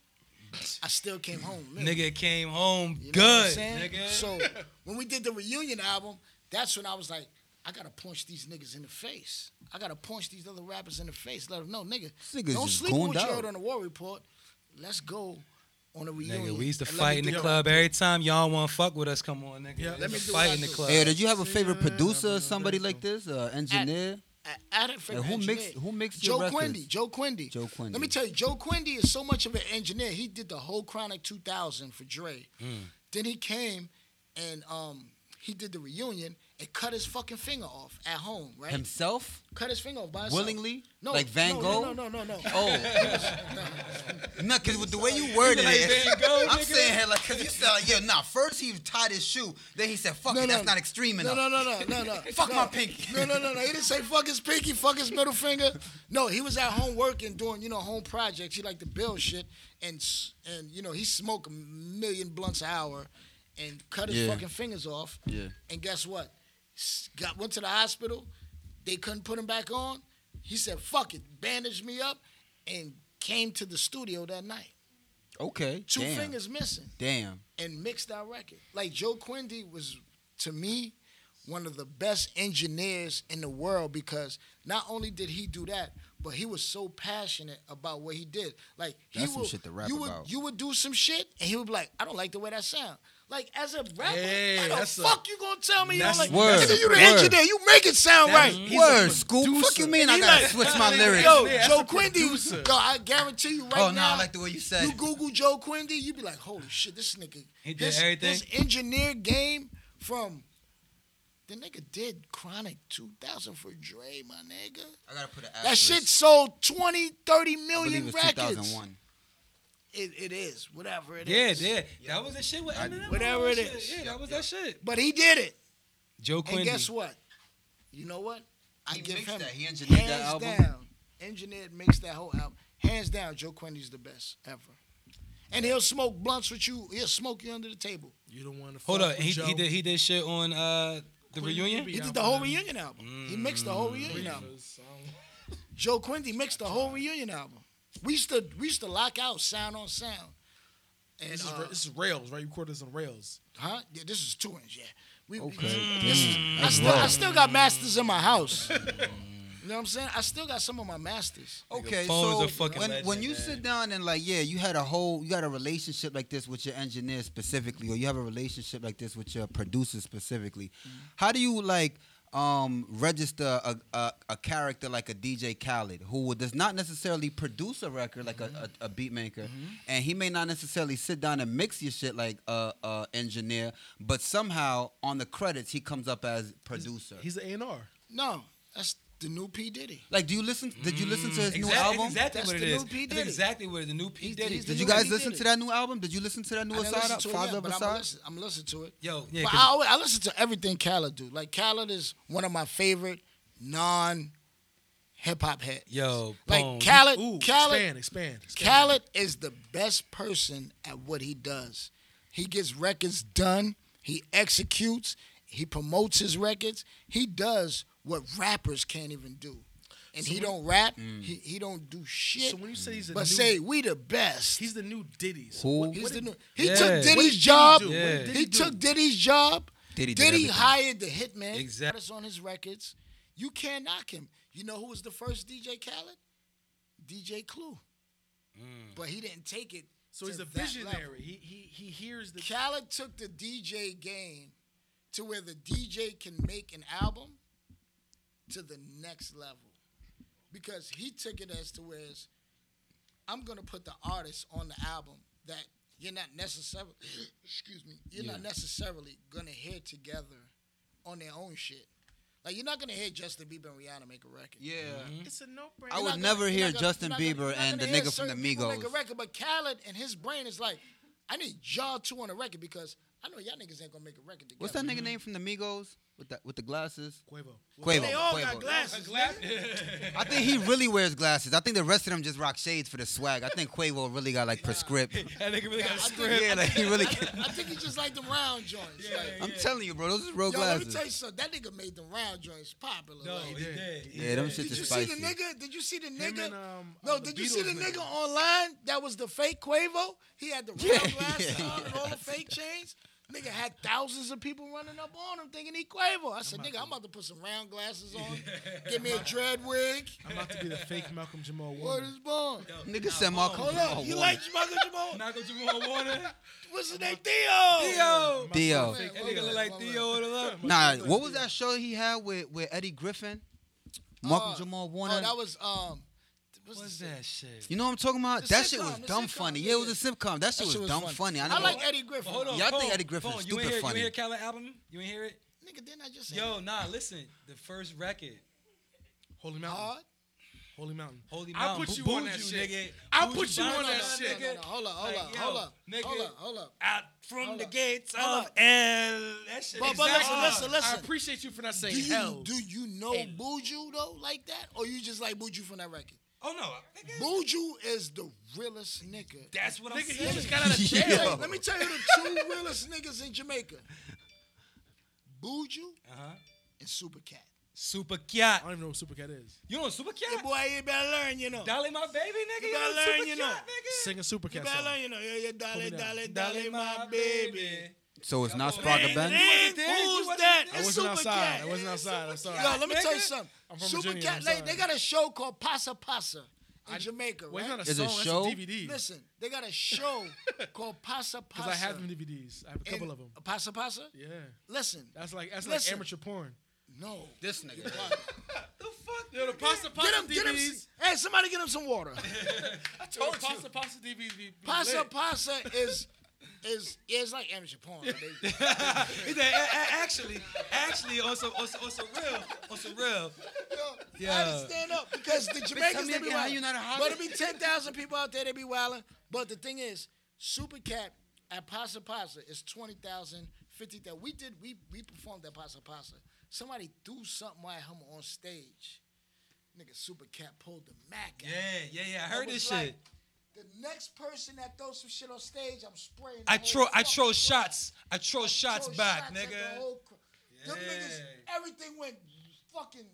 S4: I still came home. million.
S2: Nigga came home
S4: You know what I'm
S2: good,
S4: saying?
S2: nigga.
S4: So when we did the reunion album, that's when I was like, I gotta punch these niggas in the face. I gotta punch these other rappers in the face. Let them know, nigga,
S1: These niggas
S4: don't
S1: is
S4: sleep on
S1: gooned
S4: what you
S1: out.
S4: heard on the war report. Let's go on a reunion.
S2: Nigga, we used to
S4: and let me
S2: fight in the
S4: do-
S2: club every time y'all want to fuck with us. Come on, nigga.
S3: Yeah,
S2: There's
S3: let
S2: a
S3: me do
S2: fight
S4: what
S2: in
S4: I
S2: the
S4: do.
S2: club.
S1: Hey, did you have a favorite producer or somebody like this? Uh, engineer?
S4: I- I didn't figure
S1: And who
S4: out
S1: mixed- who
S4: engineer.
S1: mixed
S4: Joe
S1: your records?
S4: Quindy? Joe Quindy.
S1: Joe Quindy.
S4: Let me tell you, Joe Quindy is so much of an engineer. He did the whole Chronic 2000 for Dre.
S1: Mm.
S4: Then he came and um, he did the reunion and cut his fucking finger off at home, right?
S1: Himself?
S4: Cut his finger off by himself.
S1: Willingly?
S4: No,
S1: Like Van
S4: no,
S1: Gogh?
S4: No, no, no, no. no.
S1: Oh. no, because with the way you worded
S2: like
S1: it,
S2: Van Gogh,
S1: I'm
S2: nigga.
S1: saying, here, like, because you said, like, yeah, nah, first he tied his shoe, then he said, fuck
S4: No,
S1: it,
S4: no.
S1: that's not extreme
S4: No,
S1: enough.
S4: no, no, no, no, no.
S1: Fuck
S4: no.
S1: my pinky.
S4: No, no, no, no. He didn't say fuck his pinky, fuck his middle finger. No, he was at home working, doing you know home projects. He liked to build shit, and s- and you know he smoked a million blunts an hour, and cut his
S1: Yeah.
S4: fucking fingers off.
S1: Yeah.
S4: And guess what? S- Got went to the hospital. They couldn't put him back on. He said fuck it, bandaged me up, and came to the studio that night.
S1: Okay.
S4: Two
S1: damn.
S4: fingers missing
S1: Damn.
S4: and mixed our record. Like Joe Quindy was to me one of the best engineers in the world because not only did he do that, but he was so passionate about what he did. Like he
S1: That's some
S4: would,
S1: shit to rap
S4: you would
S1: about.
S4: you would do some shit and he would be like, I don't like the way that sound. Like as a rapper,
S3: Hey,
S4: how the
S3: that's a-
S4: fuck you gonna tell me you don't
S3: that's-
S4: like
S1: Word,
S4: nigga, you the
S1: word.
S4: engineer, you make it sound
S3: That-
S4: right.
S3: He's a
S1: Word, Scoop. Fuck
S3: producer.
S1: you mean I
S4: He
S1: gotta
S4: like-
S1: switch my lyrics?
S4: Yo,
S3: Yeah, that's
S4: Joe
S3: a
S4: Quindy, was,
S3: producer.
S4: yo, I guarantee you right
S1: oh, no,
S4: now.
S1: I like the way you said
S4: You
S1: it.
S4: Google Joe Quindy, you be like, holy shit, this nigga.
S2: He did
S4: this,
S2: everything?
S4: This engineer game from the nigga did Chronic 2000 for Dre, my nigga.
S1: I gotta put an
S4: That
S1: asterisk.
S4: shit sold 20, 30
S1: I believe
S4: million
S1: it's
S4: records.
S1: 2001.
S4: It, it is, whatever it
S2: Yeah,
S4: is.
S2: yeah. That was the shit with Eminem.
S4: Whatever
S2: That
S4: it
S2: shit.
S4: is.
S2: Yeah, that was that shit.
S4: But he did it.
S2: Joe Quindy.
S4: And guess what? You know what? I
S1: He
S4: give
S1: mixed
S4: him
S1: that. He engineered that
S4: hands
S1: album.
S4: down. Engineered makes that whole album. Hands down, Joe Quindy's the best ever. And he'll smoke blunts with you. He'll smoke you under the table.
S3: You don't want to
S2: Hold up. He, he did he did shit on uh the
S3: Quindy
S2: reunion.
S3: be-
S4: He did the whole reunion album. He mixed the whole reunion album. Joe Quincy mixed the whole reunion album. We used to we used to lock out sound on sound. And
S3: This is,
S4: uh,
S3: this is rails, right? You recorded this on rails.
S4: huh? Yeah, this is two inch. Yeah. We,
S1: Okay.
S4: we- this is, I still I still got masters in my house. you know what I'm saying? I still got some of my masters.
S1: Okay,
S2: phone's
S1: so
S2: a fucking
S1: when, when
S2: legend,
S1: you
S2: man.
S1: sit down and like, yeah, you had a whole, you got a relationship like this with your engineer specifically, or you have a relationship like this with your producer specifically.
S2: Mm-hmm.
S1: How do you like um, register a, a, a character like a DJ Khaled, who does not necessarily produce a record like
S2: Mm-hmm.
S1: a, a, a beat maker, and he may not necessarily sit down and mix your shit like a, a engineer, but somehow on the credits he comes up as producer.
S3: He's an A&R.
S4: No, that's the new P Diddy.
S1: like, do you listen? Did you listen to his
S2: Exactly,
S1: new album?
S2: exactly
S4: That's
S2: what it
S4: the new
S2: is.
S4: P.
S2: That's
S4: Diddy.
S2: exactly what it is. The new P
S4: He's-
S2: Diddy.
S4: he's the
S1: Did you
S4: No,
S1: guys
S4: he
S1: listen
S4: did
S1: to
S4: it.
S1: that new album? Did you listen to that new
S4: I didn't listen
S1: Asada?
S4: to it
S1: Father
S4: yet,
S1: of
S4: but I'm
S1: Asada?
S4: listen, I'm listen to it.
S2: Yo, yeah,
S4: but
S2: 'cause-
S4: I, always, I listen to everything Khaled do. Like Khaled is one of my favorite non hip hop heads.
S2: Yo,
S4: like
S2: Bone, you-
S4: Khaled,
S3: Ooh, expand,
S4: Khaled,
S3: expand, expand.
S4: Khaled is the best person at what he does. He gets records done. He executes. He promotes his records. He does what rappers can't even do. And he don't rap. He, he don't do shit.
S3: So when you say he's a
S4: but
S3: new-
S4: say we the best.
S3: He's the new Diddy. So
S1: Who?
S3: what-
S4: He's
S3: what
S4: the
S3: did-
S4: new, he
S2: Yeah.
S4: took
S2: What
S4: Diddy's
S3: did Diddy
S4: job.
S3: do? What
S2: did
S3: Diddy
S4: he
S3: do?
S4: took Diddy's job.
S1: Diddy
S4: Diddy,
S1: did everything.
S4: hired the hitman.
S2: Exact-
S4: That's on his records. You can't knock him. You know who was the first DJ Khaled? DJ Clue. But he didn't take it.
S3: Mm. So
S4: to
S3: he's a
S4: that level.
S3: visionary. He, he he hears the
S4: Khaled took the DJ game to where the DJ can make an album to the next level. Because he took it as to where it's, I'm gonna put the artist on the album that you're not necessarily excuse me, you're not necessarily gonna hear together on their own shit. Like you're not gonna hear Justin Bieber and Rihanna make a record.
S1: Yeah.
S3: It's a no brainer.
S1: I
S4: Mm-hmm. You're
S1: would
S4: not
S1: never
S4: you're
S1: hear
S4: not gonna-
S1: Justin
S4: you're not gonna-
S1: Bieber
S4: you're not
S1: and
S4: gonna
S1: the
S4: hear
S1: nigga from the
S4: certain people Make a
S1: Migos.
S4: record, but Khaled and his brain is like, I need y'all two on a record because I know y'all niggas ain't gonna make a record together.
S1: What's that nigga name from the Migos with the with the glasses?
S3: Quavo.
S1: Quavo.
S3: They all
S1: Quavo.
S3: got glasses.
S1: I think he really wears glasses. I think the rest of them just rock shades for the swag. I think Quavo really got like prescript.
S2: That nigga really got a
S4: I
S2: script.
S1: Yeah, like he really.
S4: I think he just like them round joints. like,
S1: I'm telling you, bro, those is real
S4: Yo, let me
S1: glasses.
S4: tell you something. That nigga made them round joints popular.
S2: No,
S4: like,
S2: he did. He
S1: Yeah, them
S2: did.
S1: shit
S4: did
S1: is
S4: you
S1: spicy.
S4: see the nigga? Did you see the nigga?
S3: and, um, uh,
S4: no,
S3: the
S4: did you see the
S3: Beatles
S4: nigga.
S3: nigga.
S4: online? That was the fake Quavo. He had the round
S1: Yeah,
S4: glasses
S1: yeah,
S4: on and
S1: yeah,
S4: all the fake chains. Nigga had thousands of people running up on him thinking he Quavo. I said, nigga, I'm about to put some round glasses on. Give me a dread wig.
S3: I'm about to be the fake Malcolm Jamal
S4: Word
S3: Warner.
S4: is born.
S1: Nigga said Malcolm
S4: Hold
S1: Jamal
S4: up.
S1: Warner.
S4: You like Michael Jamal?
S2: Malcolm Jamal Warner.
S4: What's his name? Theo. Oh,
S2: Theo.
S3: I'm about to be
S1: Theo.
S3: the fake-
S2: That nigga look like Theo on the left.
S1: Nah, what was that show he had with with Eddie Griffin? Malcolm
S4: Uh,
S1: Jamal
S4: Oh,
S1: Warner.
S4: that was um. What's
S2: What's
S4: the-
S2: that shit?
S1: You know what I'm talking about?
S4: The
S1: That
S4: sitcom,
S1: shit was
S4: the
S1: dumb
S4: sitcom,
S1: funny.
S4: yeah,
S1: Yeah, it was a sitcom. That shit was
S4: shit was
S1: dumb
S4: funny.
S1: funny. I,
S4: I
S1: never-
S4: like Eddie Griffin.
S2: But hold on.
S1: Y'all think
S2: Cole,
S1: Eddie Griffin
S2: Cole,
S1: is
S2: you ain't
S1: stupid
S2: hear,
S1: funny.
S2: You ain't hear Khaled album? You ain't hear it?
S4: Nigga, didn't I just say
S2: Yo, nah, listen. The first record,
S3: Holy
S4: that?
S3: Mountain.
S4: hard?
S3: Holy Mountain.
S2: Holy
S3: I
S2: Mountain.
S3: put
S2: Boo-
S3: you on
S2: booed
S3: that
S2: you,
S3: shit.
S2: nigga.
S3: I
S2: Booed
S3: put you on
S2: banged
S3: that
S2: on
S3: shit.
S2: that nigga.
S4: No, no, hold up, hold
S2: Like,
S4: up,
S2: yo,
S4: hold up,
S2: nigga.
S4: hold up, hold up.
S2: Out from
S4: Hold
S2: the
S4: up.
S2: gates
S4: Hold
S2: of
S4: up.
S2: hell. That shit
S4: But- but
S2: exactly-
S4: listen, listen,
S3: I
S4: listen.
S3: appreciate you for not saying
S4: Do you,
S3: hell.
S4: do you know
S2: Hey.
S4: Buju though like that, or you just like Buju from that record?
S2: Oh, no. nigga.
S4: Buju is the realest nigga.
S2: That's what I'm
S3: Nigga, he
S2: saying.
S3: just got out of
S1: Yeah.
S3: jail.
S1: Yo.
S4: Let me tell you the two realest niggas in Jamaica: Buju
S2: Uh-huh.
S4: and Super Cat.
S2: Super
S3: I
S2: Cat.
S3: don't even know what Supercat is.
S2: You know Super
S4: Yeah,
S2: Cat?
S4: boy, you better learn, you know.
S2: Dolly my baby, nigga. You,
S4: better
S2: know
S4: learn,
S2: Super
S4: you
S2: Cat,
S4: know.
S2: nigga.
S3: Sing a
S4: You
S3: Supercat
S4: better
S3: song.
S4: learn, you know. Yeah, yeah, dolly,
S3: me down.
S4: dolly, dolly, my baby.
S1: So it's not
S2: Yo,
S1: Spark
S2: man,
S1: the Band?
S2: man.
S4: Then
S2: wasn't there. You
S4: who's
S2: wasn't
S4: that?
S2: there.
S3: I
S4: It's
S3: wasn't
S4: Super
S3: outside.
S4: Cat.
S3: I wasn't outside. I'm sorry.
S4: Yo, let me tell you
S2: nigga.
S4: something.
S3: I'm from
S4: Super
S3: Virginia,
S4: Cat,
S3: I'm
S4: like, they
S3: sorry.
S4: got a show called Pasa Pasa in Jamaica,
S3: Well, it's
S4: right?
S3: not a
S1: Is it
S3: song.
S1: show?
S3: It's a DVD.
S4: Listen, they got a show called Pasa Pasa.
S3: Because I have them DVDs. I have a
S4: in-
S3: couple of them.
S4: Pasa Pasa?
S3: Yeah.
S4: Listen,
S3: That's like that's
S4: Listen.
S3: like amateur porn.
S4: no.
S1: This nigga.
S2: The fuck?
S3: Yo, the pasta
S4: Get him, get him. s- Hey, somebody get him some water.
S3: told you. Pasta pasta DVDs. Be
S4: Pasa
S3: lit.
S4: Pasa is is yeah, it's like amateur porn. They-
S2: He said, "A- a- actually, actually, on some, on some, on some real, on some real.
S4: I had to stand up because the
S1: tell
S4: Jamaicans
S1: me
S4: they be
S1: again, how you
S4: wilding.
S1: not a hobbit?
S4: But it be ten thousand people out there they be wilding. But the thing is, Super Cat at Pasa Pasa is 20,000, 50,000. We did we we performed at Pasa Pasa. Somebody threw something at him on stage. Nigga, Super Cat pulled the Mac.
S2: Yeah,
S4: out.
S2: yeah, yeah. I
S4: I
S2: heard
S4: was
S2: this
S4: like,
S2: shit.
S4: The next person that throws some shit on stage, I'm spraying. the
S2: I
S4: whole
S2: throw, I
S4: fucking
S2: throw
S4: crowd.
S2: shots. I throw shots
S4: Throw
S2: back,
S4: shots at the
S2: nigga.
S4: whole cr- Them niggas,
S2: Yeah.
S4: everything went fucking.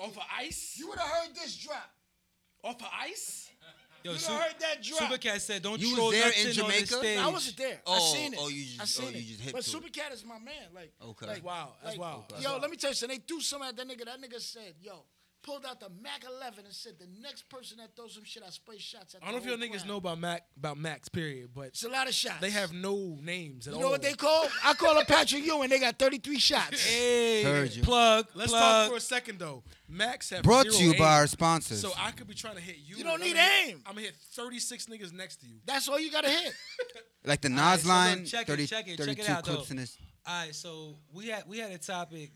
S3: Off of ice.
S4: You would have heard this drop.
S3: Off of ice.
S2: Yo,
S4: You
S2: Su-
S4: done heard that drop.
S2: Supercat said, "Don't
S1: You was
S2: throw
S1: there
S2: nothing
S1: in
S2: on the
S1: Jamaica?
S2: stage."
S4: I wasn't there. I
S1: Oh,
S4: seen it.
S1: oh, you just-
S4: I seen
S1: oh, you
S4: it.
S1: just hit
S4: But
S1: to it.
S4: Supercat is my man. Like,
S1: Okay.
S4: like
S3: Wow, that's
S4: like,
S3: wow. Okay.
S4: Yo, let me tell you something. They threw something at that nigga. That nigga said, "Yo." Pulled out the Mac 11 and said, "The next person that throws some shit, I spray shots." At
S3: I don't know if
S4: the
S3: your
S4: whole
S3: niggas
S4: crowd."
S3: know about Mac about Max period, but
S4: It's a lot of shots.
S3: they have Oh. no names at
S4: You
S3: all.
S4: know what they call? I call him Patrick Ewing. They got 33 shots.
S2: Hey,
S1: Heard you.
S2: plug,
S3: Let's
S2: plug.
S3: talk for a second though. Max have
S1: Brought
S3: zero
S1: to you
S3: aim.
S1: by our sponsors.
S3: So I could be trying to hit you.
S4: You don't
S3: and
S4: need
S3: I'm gonna-
S4: aim.
S3: I'm gonna hit 36 niggas next to you.
S4: That's all you gotta hit.
S1: like the Nas
S2: All right, so look,
S1: line,
S2: check it,
S1: 30,
S2: check it, check it
S1: 32
S2: out,
S1: clips
S2: though.
S1: in this.
S2: All right, so we had we had a topic.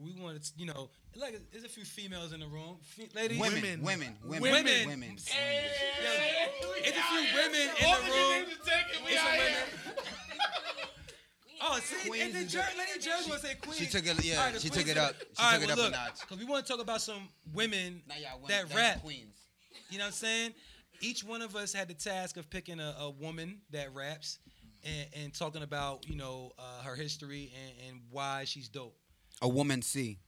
S2: We wanted, to, you know, like there's a few females in the room, Fe- ladies,
S1: Women, women, women,
S2: Women.
S1: women.
S2: Yo, it's a few women in the room. It's some women. Oh, see, and then Jer- Lady Jerry gonna say queen.
S1: she took it- yeah,
S2: the
S1: she
S2: queens
S1: took it
S2: are-
S1: up. She
S2: All
S1: took it up a notch.
S2: Cause we want to talk about some women that rap. You know what I'm saying? Each one of us had the task of picking a, a woman that raps and, and talking about you know uh, her history and, and why she's dope.
S1: A woman C.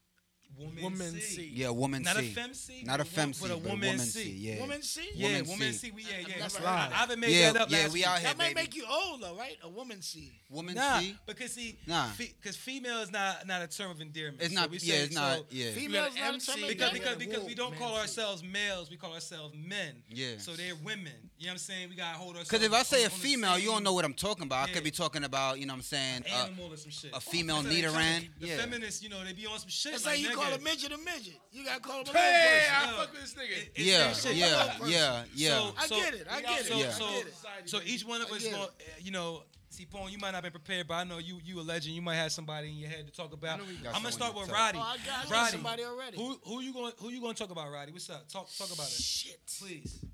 S2: Woman,
S3: Woman
S2: C.
S3: C.
S1: Yeah, woman
S2: Not a
S1: C.
S2: femc,
S1: Not a
S2: but a wo-
S1: femc,
S2: but a
S1: but a
S2: woman
S1: woman
S2: C.
S1: C. Yeah.
S4: Woman C?
S2: Yeah,
S1: Woman
S2: woman, woman
S1: C.
S2: C. We yeah
S4: I've
S2: yeah.
S4: never
S2: That's
S4: heard
S2: live.
S4: of
S2: I've made
S1: Yeah,
S2: that up.
S1: yeah,
S2: last
S1: we
S2: week.
S1: out here.
S4: That might
S1: baby.
S4: make you old though, right? A woman C.
S1: Woman
S2: Nah,
S1: C.
S2: because see,
S1: Nah.
S2: fe- because female is not not a term of endearment.
S1: It's
S2: So
S1: not.
S2: we
S1: yeah,
S2: say-
S1: it's not.
S2: so
S1: yeah.
S2: we
S4: Fem-
S2: got
S4: Females
S2: an
S4: not
S2: MC,
S4: something
S2: because
S4: that
S2: because
S4: we
S2: because we
S4: woke,
S2: don't call
S4: man.
S2: ourselves males, we call ourselves men.
S1: Yeah.
S2: So they're women. You know what I'm saying? We gotta hold ourselves.
S1: Because if I say
S2: on-
S1: a
S2: on the
S1: female, you don't
S2: same
S1: know what I'm talking about. I
S2: Yeah.
S1: could be talking about, you know what I'm saying? Uh,
S2: animal or some shit.
S1: a female
S2: So they try to-
S1: Nidoran?
S2: The
S1: Yeah.
S2: feminists, you know, they be on some shit.
S4: That's
S2: like,
S4: how you
S2: nigga,
S4: call a midget a midget. You gotta call him a little
S5: Hey,
S4: person.
S5: I
S2: Yeah.
S5: fuck with this nigga.
S2: it- it's
S1: yeah,
S2: that shit.
S1: yeah,
S2: Come on,
S1: yeah,
S2: person.
S1: yeah.
S2: So-
S4: I
S2: so-
S4: get it. I get it.
S2: So,
S1: Yeah.
S2: so,
S4: I get it.
S2: so each one of
S4: I
S2: us,
S4: get
S2: gonna,
S4: it.
S2: uh, you know, see, Paul, you might not been prepared, but I know you, you a legend. You might have somebody in your head to talk about.
S1: know we got
S2: I'm
S1: someone
S2: gonna start
S1: to
S2: with
S1: talk.
S2: Roddy.
S4: Oh, I got- I got
S2: Roddy,
S4: somebody already.
S2: Who, who you going, who you gonna talk about, Roddy? What's up? Talk, talk about it,
S4: Shit.
S2: please,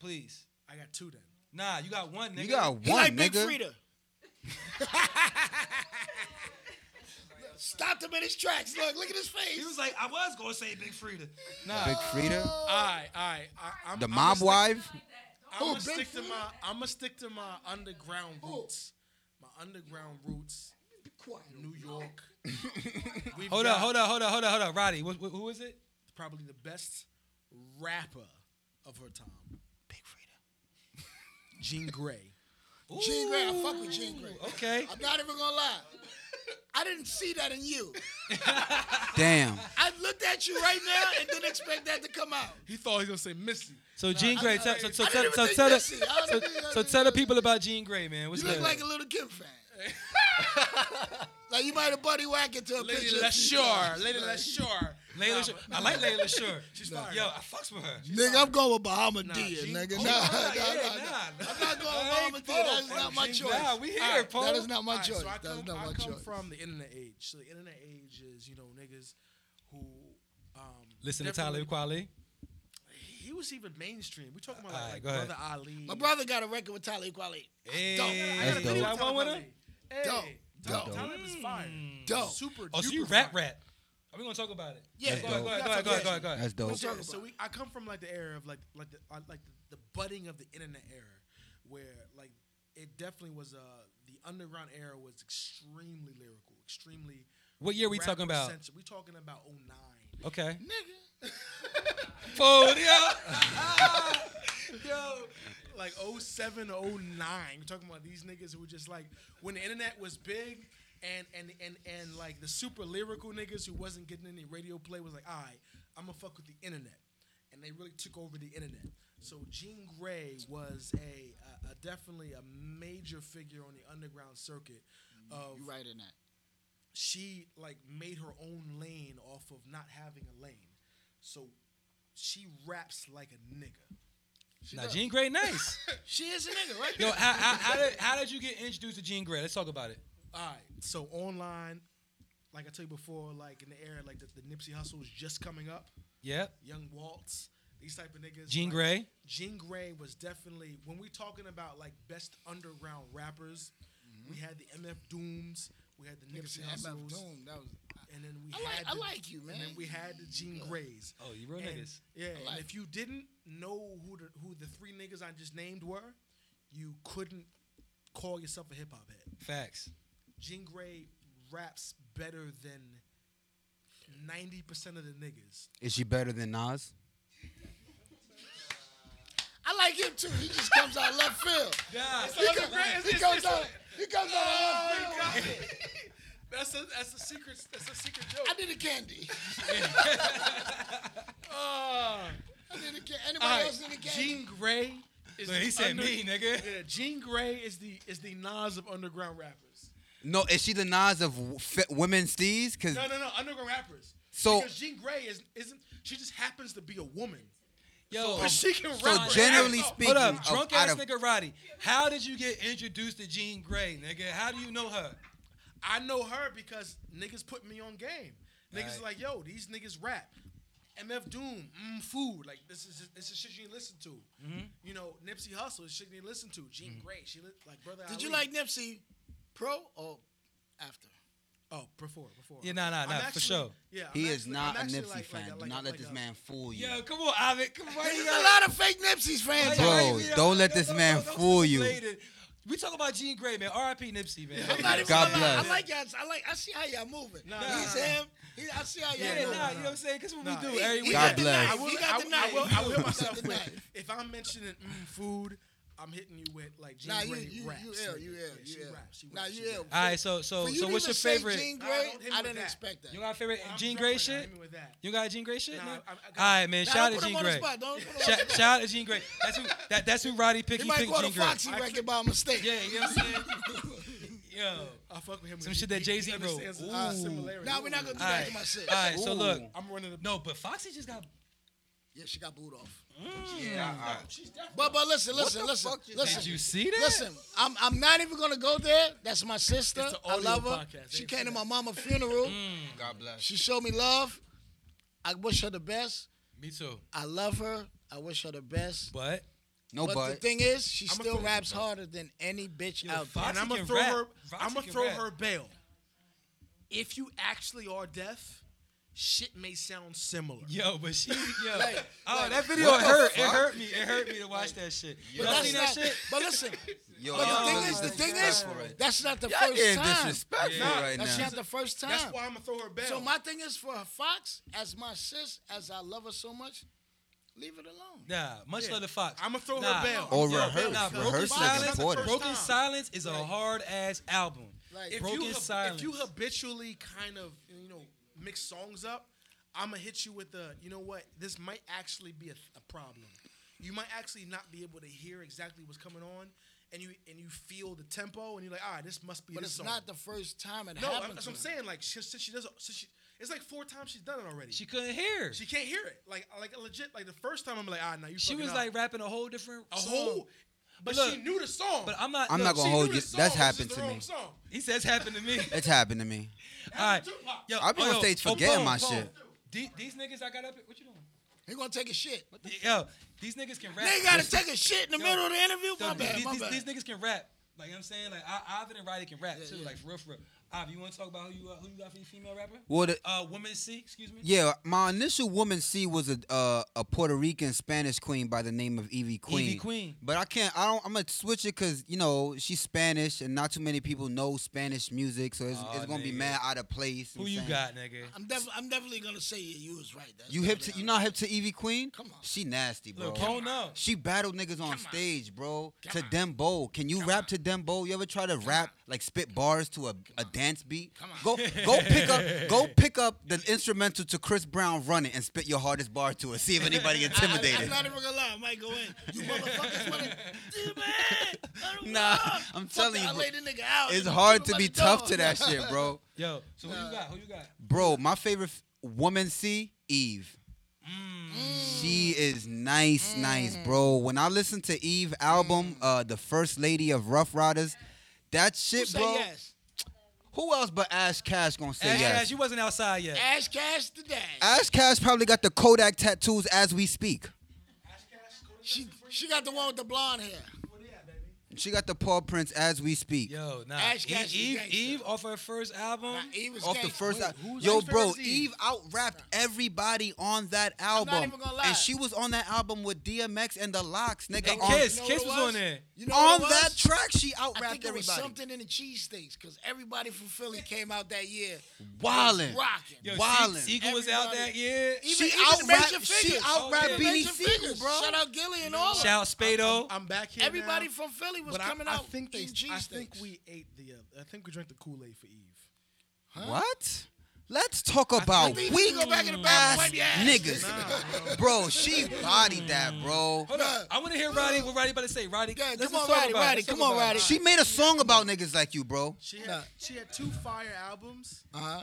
S2: please.
S3: I got two then.
S2: Nah, you got one, nigga.
S1: you got
S4: He
S1: one,
S4: like Big
S1: nigga.
S4: Frida. Stopped him in his tracks. Look, look at his face.
S2: He was like, I was gonna say Big Frida. Nah,
S1: Big Frida,
S4: Oh.
S3: I, I, I, I'm,
S1: the
S3: I'm
S1: mob wife.
S3: I'm
S4: Who,
S3: gonna stick
S4: Bigfoot?
S3: to my. I'm gonna stick to my underground roots. My underground roots. New York. We've
S2: hold
S3: got
S2: up, hold up, hold up, hold up, hold up, Roddy. What, what, who is it?
S3: Probably the best rapper of her time. Big Frida. Jean Grey.
S4: Jean Grey, I fuck with Jean Grey.
S2: Okay.
S4: I'm not even gonna lie. I didn't see that in you.
S1: Damn.
S4: I looked at you right now and didn't expect that to come out.
S3: He thought he was gonna say Missy.
S2: So Jean Grey, tell- so, so,
S4: I
S2: tell,
S4: didn't
S2: so,
S4: even
S2: tell the,
S4: think Missy. I
S2: so,
S4: didn't even-
S2: so tell the people about Jean Grey, man. What's
S4: You look
S2: good?
S4: like a little Kim fan. like you might have buddy whacked into a
S3: Lady
S4: picture. a few
S3: LaShore.
S4: times.
S3: Lady LaShore.
S2: Layla Shore. I like Layla Shore.
S3: She's fire.
S2: Yo, I fucks with her.
S4: Nigga, I'm going with Bahama
S3: Nah,
S4: Dia,
S3: Jean-
S4: nigga.
S3: Oh,
S4: Nah,
S3: nah,
S4: nah,
S2: yeah,
S4: nah, nah.
S2: nah.
S4: I'm not going
S2: Hey,
S4: with Bahama Dia. That is
S2: Paul.
S4: not my
S2: Nah,
S4: choice.
S2: we here, Paul.
S4: That is not my
S3: Alright,
S4: choice.
S3: So I
S4: that
S3: come,
S4: is not
S3: I
S4: my
S3: come
S4: choice.
S3: from the internet age. So the internet age is you know niggas who. Um,
S2: Listen to
S3: definitely-
S2: Talib Kweli.
S3: He was even mainstream. We talking about
S2: Alright,
S3: like,
S2: go
S3: like
S2: ahead.
S3: brother Ali.
S4: my brother got a record with Tyler Equality.
S2: Hey,
S4: Dope.
S3: I
S1: That's
S3: got a video
S1: dope.
S3: with
S2: Y'all
S3: Talib
S2: want one
S3: Ali. Hey,
S4: Dope.
S3: Talib-
S1: Dope.
S3: Talib
S4: Mm.
S3: is fire.
S4: Dope.
S3: Super.
S2: Oh, so you
S3: duper
S2: rap
S3: fire.
S2: rap. Are we gonna talk about it?
S4: Yeah.
S2: Go ahead, go ahead,
S3: That's
S2: go ahead, go ahead,
S3: okay.
S2: go ahead, go ahead.
S1: That's dope.
S4: What's up?
S3: So we, I come from like the era of like like the uh, like the, the budding of the internet era, where like it definitely was uh the underground era was extremely lyrical, extremely.
S2: What year we talking about?
S3: rapper-centric. We talking about 09.
S2: Okay.
S4: Nigga.
S2: Fold, yo.
S3: Yo, like 07 to 09. We're talking about these niggas who were just like when the internet was big and and and and like the super lyrical niggas who wasn't getting any radio play was like, all right, I'm gonna fuck with the internet. And they really took over the internet. So Gene Gray was a, a, a definitely a major figure on the underground circuit of
S4: You right in that.
S3: she like made her own lane off of not having a lane. So she raps like a nigga.
S2: Now Jean Grey, nice.
S4: She is a nigga, right?
S2: Yo, how, how, how, did, how did you get introduced to Jean Grey? Let's talk about it.
S3: All right. So online, like I told you before, like in the era, like the, the Nipsey Hustle was just coming up.
S2: Yeah.
S3: Young Waltz, these type of niggas.
S2: Jean
S3: like,
S2: Grey.
S3: Jean Grey was definitely when we talking about like best underground rappers. We had the MF Dooms. We had the Nipsey
S4: Mm-hmm. Nigga,
S3: Hustles.
S4: MF Doom. That was.
S3: And then we
S4: I like-
S3: had
S4: I
S3: the-
S4: like you,
S3: And then
S4: man.
S3: we had the Jean Greys.
S2: Oh, you real
S3: And-
S2: niggas.
S3: Yeah,
S4: I like
S3: and if you didn't know who the, who the three niggas I just named were, you couldn't call yourself a hip hop head.
S2: Facts.
S3: Jean Grey raps better than ninety percent of the niggas.
S1: Is she better than Nas?
S4: I like him too. He just comes out left field.
S2: Yeah.
S4: He comes, he comes out. He comes out
S3: Oh,
S4: of left field.
S3: That's a that's a secret that's a secret joke.
S4: I did a candy. I did a candy. Anybody else did a candy?
S3: Ah. Jean Grey is
S2: Look, he
S3: the
S2: said
S3: under-
S2: me, nigga.
S3: Yeah, Jean Grey is the is the Nas of underground rappers.
S1: No, is she the Nas of w- fe- women's steez? Cause
S3: No, no, no, underground rappers.
S1: So-
S3: because Jean Grey is isn't she just happens to be a woman,
S2: Yo.
S3: but she can
S1: so
S3: rap. her
S1: generally
S3: ass off.
S1: speaking,
S2: Hold up,
S1: of-
S2: drunk
S1: out
S2: ass
S1: of
S2: nigga Roddy. How did you get introduced to Jean Grey, nigga? How do you know her?
S3: I know her because niggas put me on game. Niggas
S2: Right.
S3: like, yo, these niggas rap. MF Doom, mm, food. Like this is this is shit you ain't listen to.
S2: Mm-hmm.
S3: You know, Nipsey Hussle is shit you ain't listen to. Gene Gray, she li- like brother.
S4: Did
S3: Ali.
S4: you like Nipsey pro or after?
S3: Oh, before, before.
S2: Yeah, nah, nah,
S3: I'm
S2: nah, for sure.
S3: Yeah, I'm
S1: He is
S3: actually-
S1: not
S3: I'm
S1: a
S3: actually
S1: Nipsey
S3: like-
S1: fan.
S3: like a-
S1: Do
S3: like a-
S1: not let
S3: like
S1: this
S3: a-
S1: man fool you.
S2: Yo, come on, Ovid. Come on.
S4: There's
S2: you
S4: a
S2: gotta-
S4: lot of fake Nipsey's fans.
S1: Bro,
S4: out
S2: Why
S4: here.
S2: you-
S1: don't let this man
S2: don't-
S1: fool
S2: don't
S1: you.
S2: conflate it. We talk about Gene Gray, man. R.I.P. Nipsey, man.
S4: I'm not even
S1: God
S4: gonna lie.
S1: bless.
S4: I like y'all. I like. I see how y'all moving.
S3: Nah.
S4: He's him. He, I see how y'all.
S2: Yeah,
S4: moving.
S2: nah, you know what I'm saying? Because what
S3: Nah.
S2: we do
S4: He-
S2: every
S4: he
S2: week.
S1: God
S4: got the
S1: bless.
S4: knife.
S3: I will,
S4: He
S3: I,
S4: got the
S3: will, I
S4: knife.
S3: will, I will
S4: He got
S3: myself
S4: the
S3: with
S4: knife.
S3: if I'm mentioning mm, food, I'm hitting you with like Jean
S4: Nah, you,
S3: Grey
S4: you,
S3: raps.
S4: you ill.
S3: nigga.
S4: You ill.
S3: Yeah,
S4: You
S3: she
S4: ill.
S3: raps. She
S4: Nah,
S3: raps,
S4: you
S3: she
S4: ill.
S3: raps.
S2: All right, so so
S4: For you
S2: so
S4: to
S2: what's
S4: even
S2: your
S4: say
S2: favorite?
S4: Jean
S2: You
S3: Nah,
S4: Grey,
S3: don't hit me
S4: I
S3: with
S4: didn't
S3: that.
S4: expect that.
S2: got a favorite
S3: I'm
S2: Gene
S3: drunk
S2: Gray
S3: right now.
S2: shit?
S3: Hit me with that.
S2: You got a Gene Gray shit?
S3: Nah,
S2: nigga?
S3: I- I got-
S2: All right, man.
S4: Nah,
S2: Shout
S4: don't
S2: out
S4: put
S2: to
S4: him
S2: Gene
S4: on the
S2: Gray.
S4: spot. Don't put him on the
S2: Shout,
S4: spot.
S2: shout out to Gene Gray. That's who. That, that's who Roddy picked. He,
S4: He might
S2: picked
S4: go on a
S2: Gene Gray.
S4: Foxy record by mistake.
S2: Yeah, you know what I'm saying? Yo.
S3: I fuck with him.
S2: Some
S3: when
S2: shit
S3: he-
S2: that
S3: he
S2: Jay-Z wrote.
S3: understands the
S2: Ooh.
S3: similarity.
S4: Nah, we're not gonna do
S2: All
S4: that
S2: right.
S4: to my shit.
S2: All right. So
S1: Ooh.
S2: look.
S3: I'm running the.
S2: No, but Foxy just got.
S4: Yeah, she got booed off.
S1: Yeah, I- I-
S4: But but listen,
S1: What
S4: listen,
S1: the
S4: listen,
S1: fuck you
S4: listen.
S2: Did you see that?
S4: Listen, I'm I'm not even gonna go there. That's my sister.
S3: It's an
S4: I
S3: audio
S4: love her.
S3: podcast.
S4: She
S3: Ain't
S4: came to
S3: seen
S4: my mama's funeral.
S1: God bless.
S4: She showed me love. I wish her the best.
S2: Me too.
S4: I love her. I wish her the best.
S2: But
S1: No,
S4: but the
S1: but
S4: thing is, she
S3: I'ma
S4: still
S3: throw-
S4: raps harder than any bitch
S2: Yo,
S4: out there.
S2: Foxy
S3: and I'm gonna
S2: can
S3: throw
S2: rap.
S3: her.
S2: Foxy
S3: I'm gonna
S2: can
S3: throw
S2: rap.
S3: her bail. If you actually are deaf, shit may sound similar.
S2: yo, but she yo.
S4: Like-
S2: oh,
S4: like,
S2: that video
S1: what
S2: it
S1: the
S2: hurt. It
S1: fuck?
S2: hurt me. It hurt me to watch that shit.
S1: But
S2: Y'all
S1: that's
S2: seen that
S4: not-
S2: shit?
S4: But listen,
S1: yo,
S4: but
S1: y'all
S4: the
S1: really
S4: thing is, the thing is,
S1: disrespectful right
S4: that's not the
S1: now. y'all
S4: first
S1: getting
S4: time.
S1: disrespectful
S2: Yeah.
S1: right
S4: That's
S1: now.
S4: not the first time.
S3: That's why I'm gonna throw her bail.
S4: So my thing is for Fox, as my sis, as I love her so much, leave it alone.
S2: Nah, much
S3: Yeah.
S2: love to Fox.
S3: I'ma throw her
S2: Nah.
S3: bail.
S1: Or
S2: Yo,
S1: rehearse.
S2: Nah, broken
S1: Rehearse is
S2: silence.
S1: important.
S2: Broken
S3: First time.
S2: silence is a hard ass album.
S4: Like,
S3: if
S2: broken
S3: you, hab-
S2: silence.
S3: If you habitually kind of you know mix songs up, I'm gonna hit you with the you know what this might actually be a, a problem. You might actually not be able to hear exactly what's coming on, and you and you feel the tempo, and you're like, all right, this must be
S4: But
S3: this
S4: it's
S3: song.
S4: not the first time it
S3: no, I'm-
S4: happened.
S3: that's
S4: to
S3: what I'm
S4: her.
S3: saying. Like she, since she does, since she, it's like four times she's done it already.
S2: she
S3: She,
S2: couldn't hear. She,
S3: can't hear it. Like like legit. Like the first time, I'm like, ah, now you. fucking
S2: was
S3: up."
S2: like rapping a whole different
S3: a
S2: song.
S3: whole, but
S2: Look,
S3: she knew the song.
S2: But I'm not.
S1: I'm not gonna
S2: look, she-
S3: She
S1: hold
S3: knew
S1: you.
S3: the song,
S1: That's
S3: it was
S1: happened
S3: just
S1: to
S3: the
S1: me.
S3: wrong song.
S2: He says happened to me.
S1: It's happened to me.
S2: All right.
S3: Tupac.
S2: Yo,
S1: I be
S2: oh,
S1: on
S2: yo,
S1: stage
S2: oh,
S1: forgetting
S2: Bone,
S1: my
S2: Bone.
S1: shit.
S2: The- These niggas I got up. here- What you doing?
S4: He gonna take a shit.
S2: Yo, these niggas can rap.
S4: They gotta take a shit in the
S2: Yo,
S4: middle of the interview.
S2: Yo,
S4: my
S2: these,
S4: bad,
S2: these-
S4: my
S2: these-
S4: bad.
S2: these niggas can rap. Like you know what I'm saying, like I, Ivan and Roddy can rap too.
S4: yeah.
S2: Like for real, for real. Ivan, you want to talk about who you uh, who you got for your female rapper?
S1: Well, the-
S2: Uh, Woman C, excuse me.
S1: Yeah, my initial woman C was a uh, a Puerto Rican Spanish queen by the name of Evie Queen.
S2: Evie Queen.
S1: But I can't. I don't. I'm gonna switch it because you know she's Spanish and not too many people know Spanish music, so it's,
S2: Aw,
S1: it's gonna be
S2: nigga.
S1: mad out of place.
S2: Who
S1: I'm
S2: you
S1: saying.
S2: got, nigga?
S4: I'm, def- I'm definitely gonna say yeah, you was right. That's
S1: You hip to? You
S4: definitely-
S1: not hip to Evie Queen?
S4: Come on.
S1: She nasty, bro.
S2: Look, Pone up.
S1: She battled niggas on stage, bro. to Dembo. Can you rap to Dembo? You ever try to rap like spit bars to a, a dance beat? Come on. Go go pick up go pick up the instrumental to Chris Brown running and spit your hardest bar to it. See if anybody
S4: I, I,
S1: intimidated.
S4: I'm not even gonna lie. I might go in. You motherfuckers wanna? Dude, man, I don't
S1: Nah,
S4: know.
S1: I'm
S4: Fuck
S1: telling
S4: that,
S1: you,
S4: I
S1: bro.
S4: laid the nigga out.
S1: it's
S4: and
S1: hard
S4: threw
S1: to
S4: him
S1: be
S4: by the
S1: tough
S4: door.
S1: to that shit, bro.
S2: Yo, so who you got? Who you got?
S1: Bro, my favorite f- woman see Eve.
S4: Mm.
S1: She is nice, nice, bro. When I listen to Eve album, uh, the first lady of Rough Riders, that
S4: Mm. Who
S1: shit,
S4: say
S1: bro.
S4: yes?
S1: Who else but Ash Cash gonna say
S2: Ash,
S1: yes?
S2: Ash, you wasn't outside yet.
S4: Ash Cash the Dash.
S1: Ash Cash probably got the Kodak tattoos as we speak.
S4: She she got the one with the blonde hair.
S1: She got the paw prints as we speak.
S2: Yo, nah. Eve,
S4: Ash Cash is
S2: Eve,
S4: gangsta.
S2: Eve off her first album.
S4: Nah, he was
S1: Off the
S4: gangsta.
S1: first,
S4: Wait,
S1: al-
S3: who's
S1: yo,
S3: Ash
S1: bro,
S3: Cash?
S1: Eve out rapped everybody on that album,
S4: E? not even gonna lie.
S1: and she was on that album with DMX and the Locks, nigga.
S2: And
S1: on,
S2: Kiss,
S4: know
S2: Kiss was
S4: what it was?
S2: on there.
S4: You know
S1: on
S4: what it
S1: that
S4: was?
S1: track, she out
S4: I think
S1: rapped
S4: it was
S1: everybody.
S4: something in the cheesesteaks because everybody from Philly came out that year.
S1: Wildin'.
S4: Rocking.
S2: Yo,
S1: Wildin'.
S2: Se- Seagull was out
S4: Everybody.
S2: that year.
S1: She
S4: even
S1: out
S4: the
S1: rap-
S4: major
S1: she
S4: figures.
S1: out
S2: rap
S4: The
S2: Beanie
S4: major
S1: Siegel,
S4: figers.
S1: bro.
S4: Shout out Gilly and all. of them.
S2: Shout Spado.
S3: I'm back here.
S4: Everybody
S3: now.
S4: from Philly was
S3: But I-
S4: coming
S3: I,
S4: out.
S3: think they,
S4: eating cheese
S3: I think
S4: steaks.
S3: we ate the. Uh, I think we drank the Kool Aid for Eve.
S1: What? Let's talk about
S4: I think we
S1: weak
S4: can go back in the
S1: ass
S4: bathroom and wipe your ass.
S1: niggas, bro. She bodied that, bro.
S2: Hold on. I want to hear Roddy. What Roddy about to say? Roddy,
S4: Yeah,
S2: let's
S4: come on,
S2: talk
S4: Roddy,
S2: about it.
S4: Roddy,
S2: Let's talk
S4: come on,
S2: about it.
S4: Roddy.
S1: She made a song about niggas like you, bro.
S3: She had
S4: Nah.
S3: she had two fire albums.
S4: Uh-huh.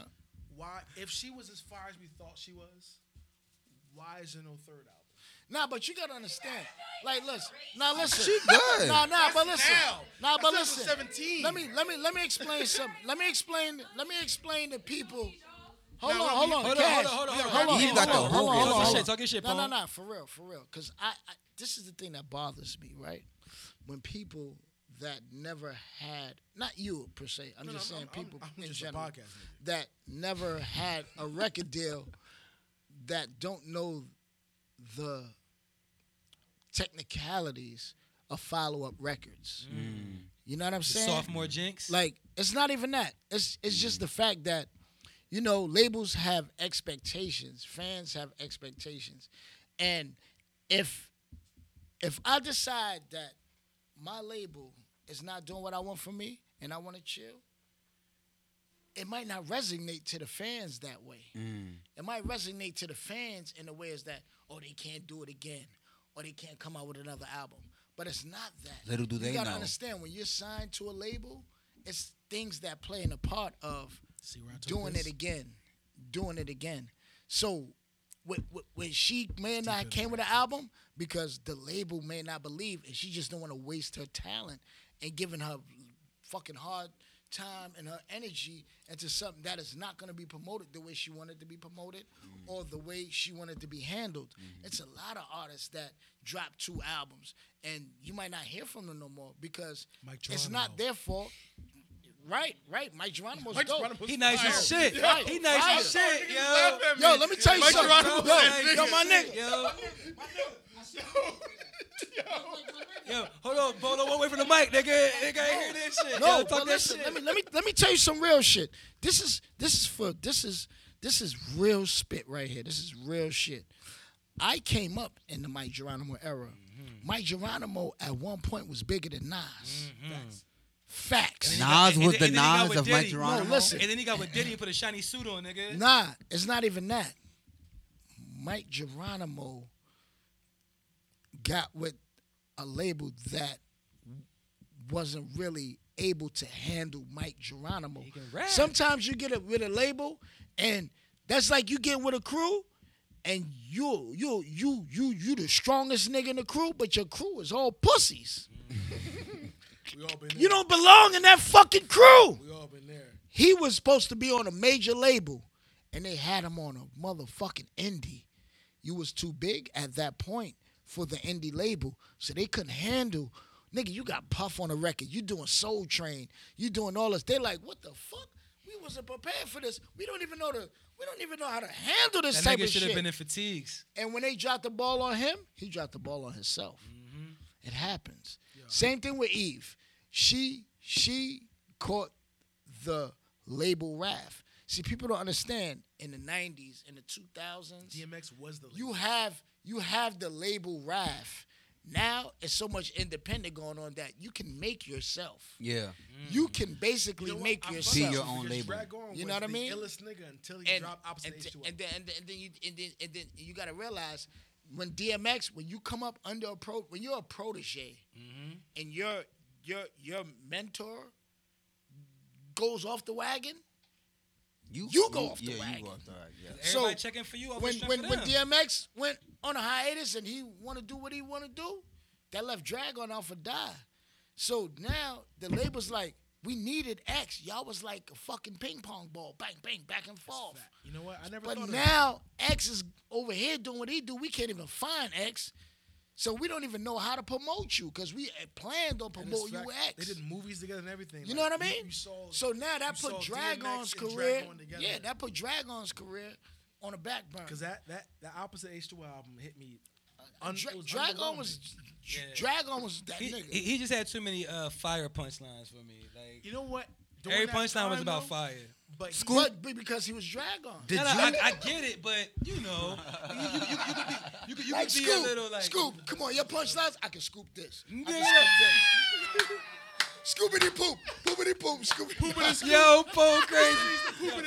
S3: Why, if she was as fire as we thought she was, why is there no third album?
S4: Nah, but you gotta understand. Like, listen. Now listen.
S1: She good.
S4: Nah, nah, but
S3: That's
S4: listen.
S3: now.
S4: Nah, but
S3: That's
S4: listen.
S3: after 17.
S4: Let me let me let me explain something. Let me explain. Let me explain to people. Hold
S3: Nah,
S4: on,
S3: we-
S4: hold
S3: we-
S4: on,
S2: hold on, hold
S4: Cash.
S2: on,
S4: We
S2: hold on,
S4: got-
S2: hold on,
S1: You got
S4: hold on,
S1: the
S4: hold on,
S1: Ruger. Talk
S4: hold on,
S1: your
S4: hold
S1: shit,
S4: on.
S2: talk your shit,
S4: No, no,
S2: Paul.
S4: no, for real, for real. Cause I, I, this is the thing that bothers me, right? When people that never had, not you per se. I'm
S3: No, no,
S4: just
S3: I'm-
S4: saying
S3: I'm-
S4: people
S3: I'm
S4: in
S3: just a
S4: general
S3: podcast nigga.
S4: that never had a record deal that don't know the technicalities of follow up records. You know what I'm
S2: The
S4: saying?
S2: sophomore jinx.
S4: Like it's not even that. It's it's just the fact that you know labels have expectations, fans have expectations, and if if I decide that my label is not doing what I want for me and I want to chill, it might not resonate to the fans that way.
S1: Mm.
S4: It might resonate to the fans in a way is that oh they can't do it again or they can't come out with another album. But it's not that.
S1: Little do
S4: you
S1: they
S4: gotta
S1: know.
S4: understand when you're signed to a label, it's things that play in a part of
S3: See where I took
S4: doing
S3: this?
S4: it again, doing it again. So when, when- when she may or not came with an album because the label may not believe and she just don't want to waste her talent and giving her fucking hard time and her energy into something that is not going to be promoted the way she wanted to be promoted
S3: Mm-hmm.
S4: or the way she wanted to be handled. It's a lot of artists that drop two albums and you might not hear from them no more because
S3: Mike
S4: it's not
S3: Geronimo.
S4: their fault. Right, right. Mike Geronimo's
S3: Mike
S4: dope.
S3: Geronimo's
S2: he nice as shit.
S4: Right.
S2: He nice as
S4: Right.
S2: shit, yo.
S4: Yo, let me tell you
S3: Mike
S4: something.
S3: Geronimo's
S4: Yo,
S3: that
S4: yo, my
S2: nigga.
S4: nigga.
S2: Yo. Yo, hold on, Bolo, one way from the mic, nigga. Nigga, I ain't hear this shit.
S4: No,
S2: yo,
S4: but
S2: talk that
S4: listen,
S2: shit.
S4: let me let me let me tell you some real shit. This is this is for this is this is real spit right here. This is real shit. I came up in the Mike Geronimo era.
S2: Mm-hmm.
S4: Mike Geronimo at one point was bigger than Nas.
S2: Mm.
S4: Facts.
S2: And
S4: Facts.
S2: then he got-
S1: Nas was
S2: and
S1: the
S2: then he got
S1: Nas
S2: with
S1: of Mike
S2: Diddy.
S1: Geronimo.
S4: No, listen.
S2: And then he got with Diddy and put a shiny suit on, nigga.
S4: Nah, it's not even that. Mike Geronimo got with a label that wasn't really able to handle Mike Geronimo.
S2: can rap.
S4: Sometimes you get a, with a label, and that's like you get with a crew, and you you you you you the strongest nigga in the crew, but your crew is all pussies.
S3: We all been there.
S4: You don't belong in that fucking crew.
S3: We all been there.
S4: He was supposed to be on a major label, and they had him on a motherfucking indie. You was too big at that point for the indie label, so they couldn't handle. Nigga, you got Puff on the record. You doing Soul Train. You doing all this. They like, what the fuck? We wasn't prepared for this. We don't even know the. We don't even know how to handle this
S2: That
S4: type
S2: nigga
S4: of
S2: should have
S4: shit.
S2: been in fatigues.
S4: And when they dropped the ball on him, he dropped the ball on himself.
S3: Mm-hmm.
S4: It happens. Same thing with Eve. She she caught the label wrath. See, people don't understand in the '90s, in the 2000s,
S3: DMX was the
S4: you have you have the label wrath. Now it's so much independent going on that you can make yourself.
S1: Yeah.
S4: You can basically
S3: know what?
S4: make
S3: I fuck
S4: yourself.
S1: Be
S3: with
S1: your
S3: Mm. you
S1: own
S3: because
S1: label.
S3: Brad Gorn
S4: You
S3: was
S4: know what I
S3: the
S4: mean?
S3: Illest nigga until he dropped opposite
S4: and,
S3: H2O.
S4: and then and then and then you and then and then you gotta realize when DMX when you come up under a pro when you're a protege and your your your mentor goes off the wagon You go off the
S1: yeah,
S4: wagon.
S1: You go off the wagon. Yeah.
S2: Everybody checking for you. I
S4: when
S2: wish
S4: when
S2: for
S4: when
S2: them.
S4: DMX went on a hiatus and he want to do what he want to do that left Dragon off for die so now the label's like we needed X y'all was like a fucking ping pong ball bang bang back and forth
S3: you know what? I never thought
S4: But
S3: of
S4: now X is over here doing what he do. We can't even find X. So we don't even know how to promote you because we had planned on
S3: that. And it's
S4: promoting you
S3: fact,
S4: X.
S3: They did movies together and everything.
S4: You know
S3: Like,
S4: what I mean?
S3: You saw,
S4: so now that
S3: you
S4: put
S3: saw
S4: Dragon's
S3: DMX and
S4: career,
S3: Dragon together.
S4: yeah, that put Dragon's career on the back burner.
S3: because that that that opposite H2O album hit me. Un-
S4: Dra-
S3: it was
S4: Dragon
S3: underwhelming.
S4: was
S2: Yeah.
S4: Dragon was that
S2: he,
S4: nigga.
S2: he- he just had too many uh, fire punchlines for me. Like
S3: You know what? During
S2: every
S3: that
S2: punchline was
S3: time,
S2: about
S3: though,
S2: fire.
S3: But he-
S4: but but because he was Dragon.
S1: Did
S2: No, no,
S1: you?
S2: I, I get it, but you know, you, you, you, you could be, you could, you
S4: Like
S2: could be a
S4: scoop,
S2: little like
S4: scoop. Come on, your punchlines. I can scoop this. I
S2: Yeah.
S4: can scoop this. Scoopity poop, poopity poop, scoopity poop.
S2: Yo, Poe crazy.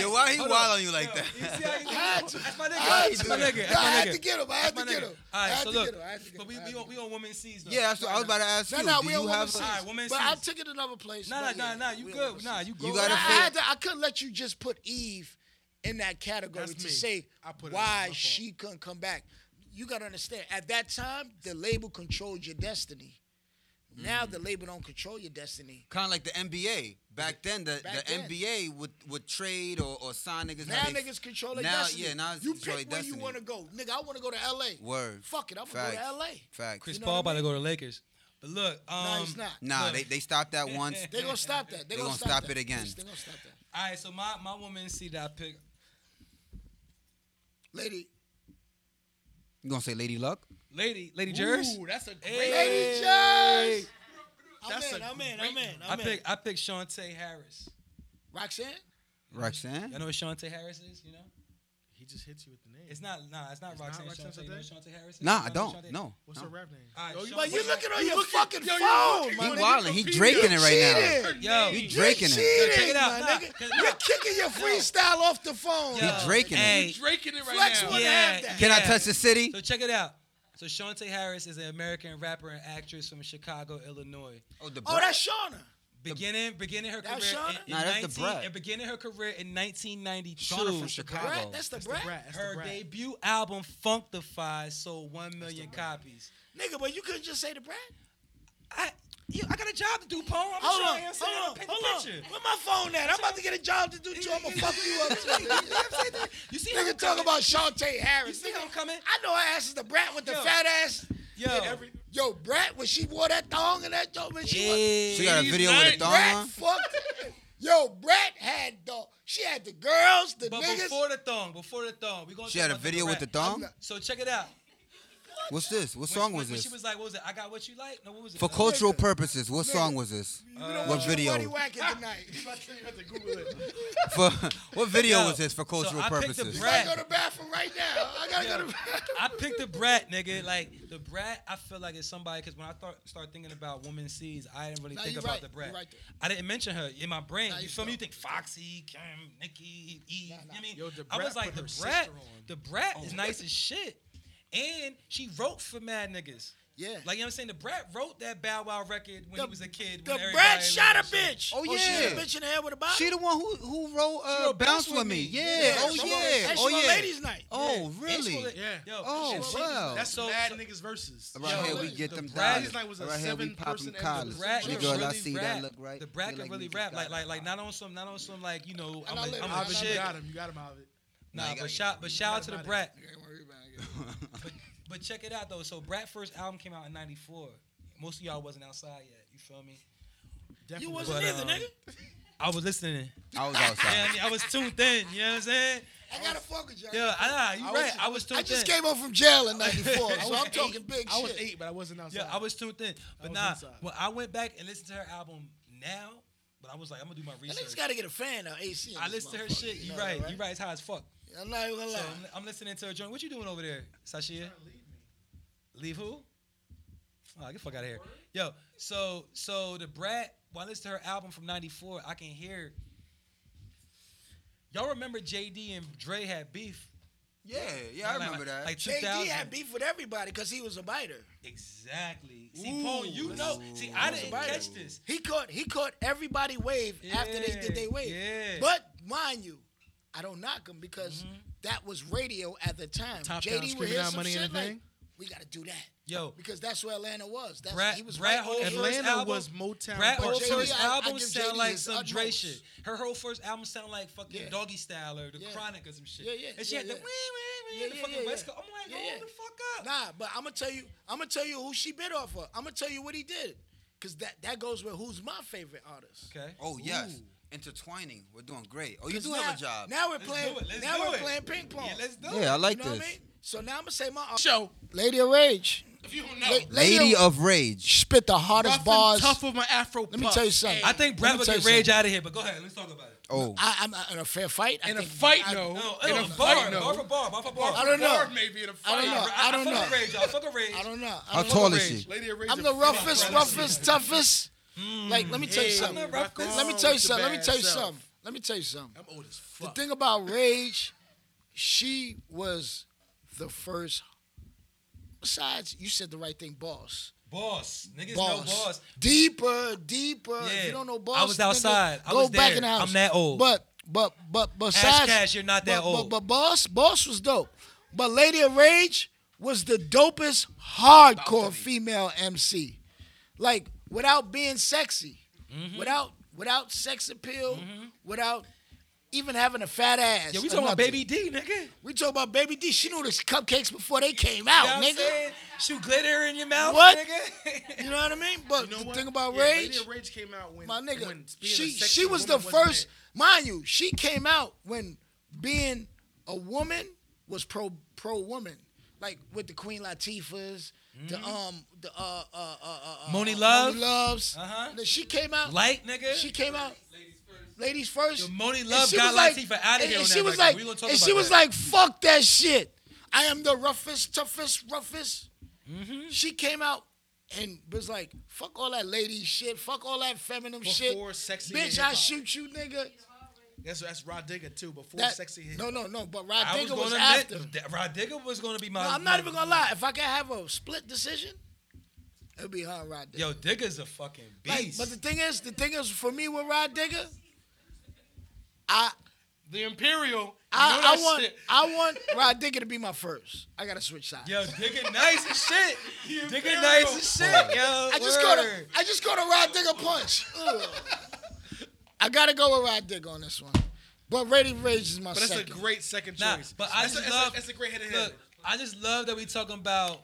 S1: Yo, why he
S2: Hold
S1: wild
S2: up.
S1: on you like
S2: Yo,
S1: that?
S2: you see how he-
S4: had to.
S2: That's my nigga.
S4: I had
S2: That's my
S4: to.
S2: nigga.
S4: No, I
S2: That's
S4: had
S2: my
S4: to
S2: nigga.
S4: get him. I had
S2: That's
S4: to
S2: my
S4: get
S2: nigga.
S4: him.
S2: All
S4: I
S2: right,
S4: had
S2: so
S4: to
S2: look,
S4: get him. I had to get
S2: but
S4: him.
S2: we
S4: I had
S2: we
S4: to
S2: on,
S4: get
S2: we on women's C's though.
S1: Yeah, that's what I was about to ask
S4: No,
S1: you.
S4: no,
S1: Do
S4: we
S1: you
S4: on
S1: have?
S4: women's
S1: a-
S2: All right, women's
S4: But I
S2: C's.
S4: took it another place.
S2: Nah, nah,
S4: but
S2: nah,
S4: yeah,
S2: nah. You
S4: we on
S2: good?
S4: women's
S2: Nah,
S4: C's.
S2: you
S1: You
S2: good?
S4: But
S1: gotta
S4: I, I
S1: feel-
S4: had to, I couldn't let you just put Eve in that category
S3: That's
S4: to
S3: me.
S4: say
S3: I put it in. My
S4: why
S3: fault.
S4: she couldn't come back. You gotta understand. At that time, the label controlled your destiny. Now the label don't control your destiny.
S1: Kind of like the NBA. Back then, the,
S4: Back
S1: the
S4: then.
S1: NBA would, would trade or, or sign niggas.
S4: Now
S1: how they-
S4: niggas control their
S1: now,
S4: destiny.
S1: Yeah, now it's
S4: you pick
S1: control
S4: where
S1: their
S4: you
S1: destiny.
S4: want to go, nigga. I want to go to L.A.
S1: Word.
S4: Fuck it, I'm gonna
S1: Facts.
S4: go to L.A.
S1: Facts.
S2: Chris
S4: You know
S2: Paul
S4: what
S2: about
S4: I
S2: to go to Lakers. But look, um,
S4: No, he's not.
S1: Nah,
S2: Look.
S1: they, they stopped that once.
S4: They gonna stop that. They,
S1: They gonna stop
S4: that.
S1: it again.
S4: Yes, They gonna stop that.
S2: All right, so my my woman see that I pick.
S4: Lady,
S1: You gonna say Lady Luck?
S2: Lady, Lady Jers.
S3: Ooh, that's a great.
S2: Hey.
S4: Lady Jazz. I'm
S3: That's
S4: in.
S3: a
S4: I'm in.
S3: great
S4: I'm in.
S3: one.
S4: I'm
S2: I
S4: in.
S2: pick I pick Shantae Harris.
S4: Roxanne.
S1: Roxanne.
S2: Y'all know what Shantae Harris is? You know?
S3: He just hits you with the name.
S2: It's not nah, it's not
S3: It's not
S2: Roxanne
S3: Roxanne
S2: Shantae. You know
S3: Shantae?
S2: what Shantae Harris is?
S1: Nah, I
S2: Y'all know
S1: don't.
S2: Shantae-
S1: No.
S3: What's her rap name?
S2: All right,
S3: Yo, you-
S2: Shantae-
S4: But you looking on
S3: you
S4: your
S3: looking-
S4: fucking
S3: yo, you
S4: phone,
S3: looking-
S4: my
S1: You
S4: nigga.
S1: wildin'. He draking it right now.
S4: Cheating.
S2: Yo,
S1: You
S4: You're
S1: draking it.
S4: cheating,
S2: check it out.
S4: my
S2: Nah,
S4: nigga.
S2: 'cause-
S4: You're kicking your freestyle off the phone.
S2: Yo.
S1: He draking
S2: Hey.
S1: it.
S3: Draking it right
S4: Flex
S3: now.
S4: one.
S2: yeah,
S4: have that.
S1: Can I
S2: yeah.
S1: touch the city?
S2: So check it out. So Shantae Harris is an American rapper and actress from Chicago, Illinois.
S1: Oh, the
S4: Oh, that's Shauna.
S2: Beginning beginning her
S4: That's
S2: career in,
S4: Shauna?
S2: in
S1: Nah, that's the
S2: 19
S1: brat.
S2: and beginning her career in 1992.
S1: Shauna from Chicago.
S4: Brad? That's the
S3: That's the
S4: Brad.
S3: brat. That's the
S2: Her
S3: brat.
S2: debut album Functify sold one million copies.
S4: Nigga, but you couldn't just say the Brad.
S2: I, you, I got a job to do, Pone. I'm
S4: Hold
S2: sure
S4: on,
S2: I am saying
S4: hold on,
S2: paint
S4: hold
S2: the
S4: on.
S2: picture.
S4: Where my phone at? I'm about to get a job to do, too. I'm gonna fuck you up, too. nigga.
S2: You see how I'm
S4: Nigga, talk
S2: coming?
S4: about Shantae
S2: You
S4: Harris.
S2: see how I'm
S4: Nigga,
S2: coming?
S4: I know her ass is the brat with the
S2: Yo.
S4: fat ass.
S2: Yo,
S4: Yo, Brat, when she wore that thong and that joke, when she was
S1: She got a
S2: Yeah.
S1: video with a thong
S4: Brat
S1: on.
S4: fucked. Yo, Brat had the she had the girls, the
S2: But
S4: niggas.
S2: before the thong, before the thong, we gonna.
S1: She
S2: talk
S1: had a
S2: about the
S1: video with
S2: rap.
S1: the thong.
S2: So check it out.
S1: What's this? What
S2: When
S1: song
S2: she,
S1: was
S2: when
S1: this?
S2: She was like, "What was it? I got what you like." No, what was it?
S1: For
S2: Uh,
S1: cultural purposes, what song was this?
S4: you don't
S1: Uh, what
S4: want your
S1: video?
S4: buddy whacking tonight.
S3: You have to Google it.
S1: For what video
S2: Yo,
S1: was this? For
S2: so
S1: cultural
S2: I picked the
S1: purposes.
S4: You
S2: Brat.
S4: gotta go to the bathroom right now. I gotta go to the bathroom.
S2: I picked the brat, nigga. Like the brat, I feel like it's somebody because when I thought, start thinking about women seeds, I didn't really
S4: Nah,
S2: think
S4: you
S2: about
S4: right.
S2: the
S4: You
S2: brat.
S4: right there.
S2: I didn't mention her in my brain.
S4: Nah,
S2: you
S4: you
S2: feel me? You
S4: don't.
S2: think Foxy, Kim, Nikki, E.
S4: Nah, nah.
S2: I mean,
S3: Yo, the
S2: I
S3: Brat
S2: was like
S3: put
S2: the
S3: her
S2: brat.
S3: sister on. Oh.
S2: The brat is nice as shit, and she wrote for mad niggas.
S4: Yeah.
S2: Like you know what I'm saying, the brat wrote that Bow Wow record when he was a kid.
S4: The
S2: when everybody
S4: Brat shot a
S2: loved him.
S4: bitch.
S1: Oh,
S4: she hit a
S1: yeah.
S4: bitch in the head with a bottle.
S1: She the one who who wrote, uh,
S2: wrote
S1: Bounce, with me. Yeah. Oh
S4: she
S1: yeah.
S4: That's
S1: Oh
S4: your
S1: yeah.
S4: ladies' night.
S1: Oh
S2: And she
S1: really?
S2: was like-
S3: Yeah.
S2: Yo,
S1: Oh,
S2: and she-
S1: wow.
S3: That's
S2: so-
S3: mad
S2: so-
S3: niggas versus.
S1: Right
S2: Yo,
S1: here we
S2: look,
S1: get
S3: the
S1: them
S3: Brad
S1: dollars.
S3: is like was a
S1: right here we
S3: seven
S1: popping
S3: person episode.
S1: collars.
S2: The Brad
S3: Yo,
S2: can
S1: Nigga, I
S2: really
S1: see
S2: rap.
S1: that look right.
S2: The Brad
S1: Look
S2: can
S1: like
S2: really
S1: Nicki
S2: rap. Like,
S1: Minaj.
S2: like, like, not on some, not on some, like, you know, I'm
S4: And I
S2: a,
S4: live
S2: I'm
S4: in
S2: a
S4: Atlanta.
S2: shit.
S3: You got him. You got him out of it.
S1: Nah,
S2: Nah,
S1: you
S2: but
S1: gotta
S2: shout, but shout out to the
S3: gotta
S2: Brat.
S4: I ain't worried about it.
S2: But, but check it out though. So Brat first album came out in '94. Most of y'all wasn't outside yet. You feel me?
S4: You
S3: Definitely.
S4: wasn't
S2: But,
S4: either,
S2: um,
S4: nigga.
S2: I was listening.
S1: I was
S2: Yeah,
S1: outside.
S2: I, mean, I was tuned in. You know what I'm saying?
S4: I gotta fuck with y'all.
S2: Yeah, I, nah, you
S3: I was-
S2: right. I was tuned
S4: I
S2: in.
S4: just came home from jail in '94,
S2: I was
S4: so I'm
S2: eight.
S4: talking big
S3: I was
S4: shit.
S3: eight, but I wasn't outside.
S2: Yeah, I was tuned in. But
S3: was
S2: nah,
S3: inside.
S2: when I went back and listened to her album now, but I was like, I'm gonna do my
S4: That nigga's
S2: research.
S4: gotta get a fan of AC. in
S2: I
S4: this
S2: listened to her
S4: motherfucker,
S2: shit. You
S4: know
S2: right.
S4: that,
S2: You right. It's high as fuck.
S4: I'm not even gonna
S2: So
S4: lie.
S2: I'm, I'm listening to a joint. What you doing over there, Sashia? Leave who? Oh, get the fuck out of here. Yo, so so the brat, when I listen to her album from '94, I can hear. Y'all remember JD and Dre had beef?
S1: Yeah, yeah, I
S2: Like-
S1: remember that.
S2: Like
S4: JD had
S2: 2000.
S4: beef with everybody because he was a biter.
S2: Exactly. See, Paul, you know. See, I didn't
S4: Ooh.
S2: catch this.
S4: He caught he caught everybody wave after they did
S2: Yeah,
S4: their wave.
S2: yeah.
S4: But mind you, I don't knock him because
S2: Mm-hmm.
S4: that was radio at the time.
S3: Top down,
S4: JD would
S3: screaming
S4: hear
S3: out
S4: some
S3: money
S4: shit
S3: and
S4: like,
S3: everything.
S4: "We gotta do that."
S2: Yo,
S4: Because that's where Atlanta was. That's
S2: Brad-
S4: he was
S2: Brad
S4: right on
S2: Hall-
S4: the
S2: Atlanta
S4: first
S3: Atlanta
S2: album,
S3: was Motown.
S2: Brat,
S4: But
S2: her
S4: JD,
S2: first
S4: I- I
S2: album
S4: give
S2: sound
S4: JD
S2: like
S4: his
S2: some Dre
S4: utmost.
S2: shit. Her whole first album sound like fucking
S4: Yeah.
S2: Doggy Style or The
S4: Yeah.
S2: Chronic or some shit.
S4: Yeah, yeah,
S2: And she
S4: yeah,
S2: had the
S4: yeah.
S2: wee wee wee
S4: Yeah,
S2: the
S4: yeah,
S2: fucking
S4: yeah,
S2: West
S4: yeah.
S2: Coast. I'm like,
S4: Yeah,
S2: hold
S4: yeah.
S2: the fuck up.
S4: Nah, but I'm gonna tell you, I'm gonna tell you who she bit off of. I'm gonna tell you what he did, cause that that goes with who's my favorite artist.
S2: Okay.
S1: oh yes,
S3: Ooh.
S1: intertwining. We're doing great. Oh, you
S4: 'Cause
S1: do
S4: now,
S1: have a job.
S4: Now we're
S2: Let's
S4: playing.
S2: do it. Let's
S4: now
S2: do
S4: we're
S2: it.
S4: playing ping pong.
S2: Yeah, let's do it.
S1: yeah, I like
S4: you know
S1: this.
S4: what I mean? So now I'm gonna say my uh, artist.
S3: Show.
S4: Lady of Rage.
S3: If you don't know,
S4: La-
S1: Lady of Rage.
S4: spit the hardest
S3: rough
S4: bars.
S3: and tough with my Afro.
S4: Let me tell you something.
S2: I think
S4: Let
S2: Brad
S4: me
S2: would
S4: tell
S2: get
S4: you
S2: rage out of here, but go ahead. Let's talk about it.
S1: Oh,
S4: I, I'm not in a fair fight. I
S3: In a
S4: think-
S3: fight,
S4: I-
S3: no.
S2: No,
S3: In
S2: no, bar,
S3: a fight,
S2: bar
S3: no.
S2: for bar, bar for bar.
S4: I don't know.
S3: Bar Maybe in a
S4: I
S3: fight.
S4: don't know. I don't
S2: fuck
S4: know.
S2: with rage. I fuck with rage.
S4: I don't know. I
S1: how
S4: don't
S1: tall
S4: know.
S1: is
S2: Rage.
S1: she?
S3: Lady of Rage
S4: I'm
S3: is
S4: the
S3: a
S4: roughest,
S3: fucking
S4: roughest, toughest. Like, let me tell you
S3: Hey,
S4: something.
S2: I'm the
S4: Let
S2: roughest.
S4: me
S3: Wrong
S4: tell you
S3: with
S4: something.
S3: your
S4: Let me
S3: bad
S4: tell you
S3: self.
S4: something. Let me tell you something.
S3: I'm old as
S4: The
S3: fuck.
S4: thing about Rage, she was the first. Besides, you said the right thing, boss.
S2: Boss, niggas know
S4: boss.
S2: boss.
S4: Deeper, deeper. If
S2: Yeah.
S4: you don't
S2: I
S4: know boss.
S2: was
S4: nigga,
S2: outside. I
S4: go
S2: was
S4: back
S2: there.
S4: in the house.
S2: I'm that old.
S4: But but but besides,
S2: Cash, you're not that
S4: but-
S2: old.
S4: But, but boss, boss was dope. But Lady of Rage was the dopest hardcore female MC. Like without being sexy,
S2: Mm-hmm.
S4: without without sex appeal, without even having a fat ass.
S2: Yeah, we
S4: or
S2: talking about
S4: nothing.
S2: Baby D, nigga.
S4: We talking about baby D. She knew the cupcakes before they came
S2: You know
S4: out,
S2: what I'm
S4: nigga.
S2: saying? Shoot glitter in your mouth,
S4: What?
S2: nigga.
S4: You know what I mean? But
S3: You know
S4: the
S3: what?
S4: thing about
S3: Yeah,
S4: Rage,
S3: Lady of Rage came out when
S4: my nigga,
S3: when being a
S4: she
S3: sexy
S4: she was the
S3: woman wasn't
S4: first. Mind you, she came out when being a woman was pro pro woman. like with the Queen Latifahs,
S3: Mm-hmm.
S4: the um, the uh, uh, uh, uh
S2: Moni
S4: uh,
S2: Love?
S4: Moni Loves.
S2: Uh-huh.
S4: Now, She came out.
S2: Light, nigga.
S4: She came out. Ladies first.
S2: Yo, Moni
S4: And
S2: Love
S4: she
S2: got
S4: was like-
S2: Latifah outta
S4: and-
S2: here
S4: and
S2: on
S4: she
S2: that record.
S4: was like,
S2: We gonna talk
S4: and she
S2: about
S4: was
S2: that.
S4: like, "Fuck that shit. I am the roughest, toughest, roughest."
S2: Mm-hmm.
S4: She came out and was like, "Fuck all that lady shit. Fuck all that feminine
S3: Before
S4: shit.
S3: sexy
S4: Bitch,
S3: hip
S4: I
S3: hop.
S4: shoot you, nigga."
S3: That's that's Rod Digger too. Before
S4: That,
S3: sexy hip
S4: no,
S3: hop.
S4: no, no. But
S2: I was
S4: Rodriguez
S2: gonna
S4: was,
S2: admit,
S4: after.
S2: that Rodriguez was gonna be my.
S4: No, I'm not even gonna lie. If I can have a split decision, it'd be her and Rod Digger.
S2: Yo, Digger's a fucking
S4: Like,
S2: beast.
S4: but the thing is, the thing is, for me with Rod Digger, I
S3: The Imperial.
S4: I,
S2: know
S4: I
S2: that
S4: want
S2: shit.
S4: I want Rod Digger to be my first. I gotta switch sides.
S2: Yo, Digger nice as shit. Digger nice as shit. Yo,
S4: I just go to
S2: word.
S4: I just go to Rod Digger punch. Ugh. I gotta go with Rod Digger on this one. But Ready Rage is my
S3: But that's
S4: second.
S3: a great second
S2: Nah,
S3: choice.
S2: but I
S3: that's
S2: just
S3: a, that's
S2: love.
S3: A, that's a great head to head.
S2: Look, I just love that we talking about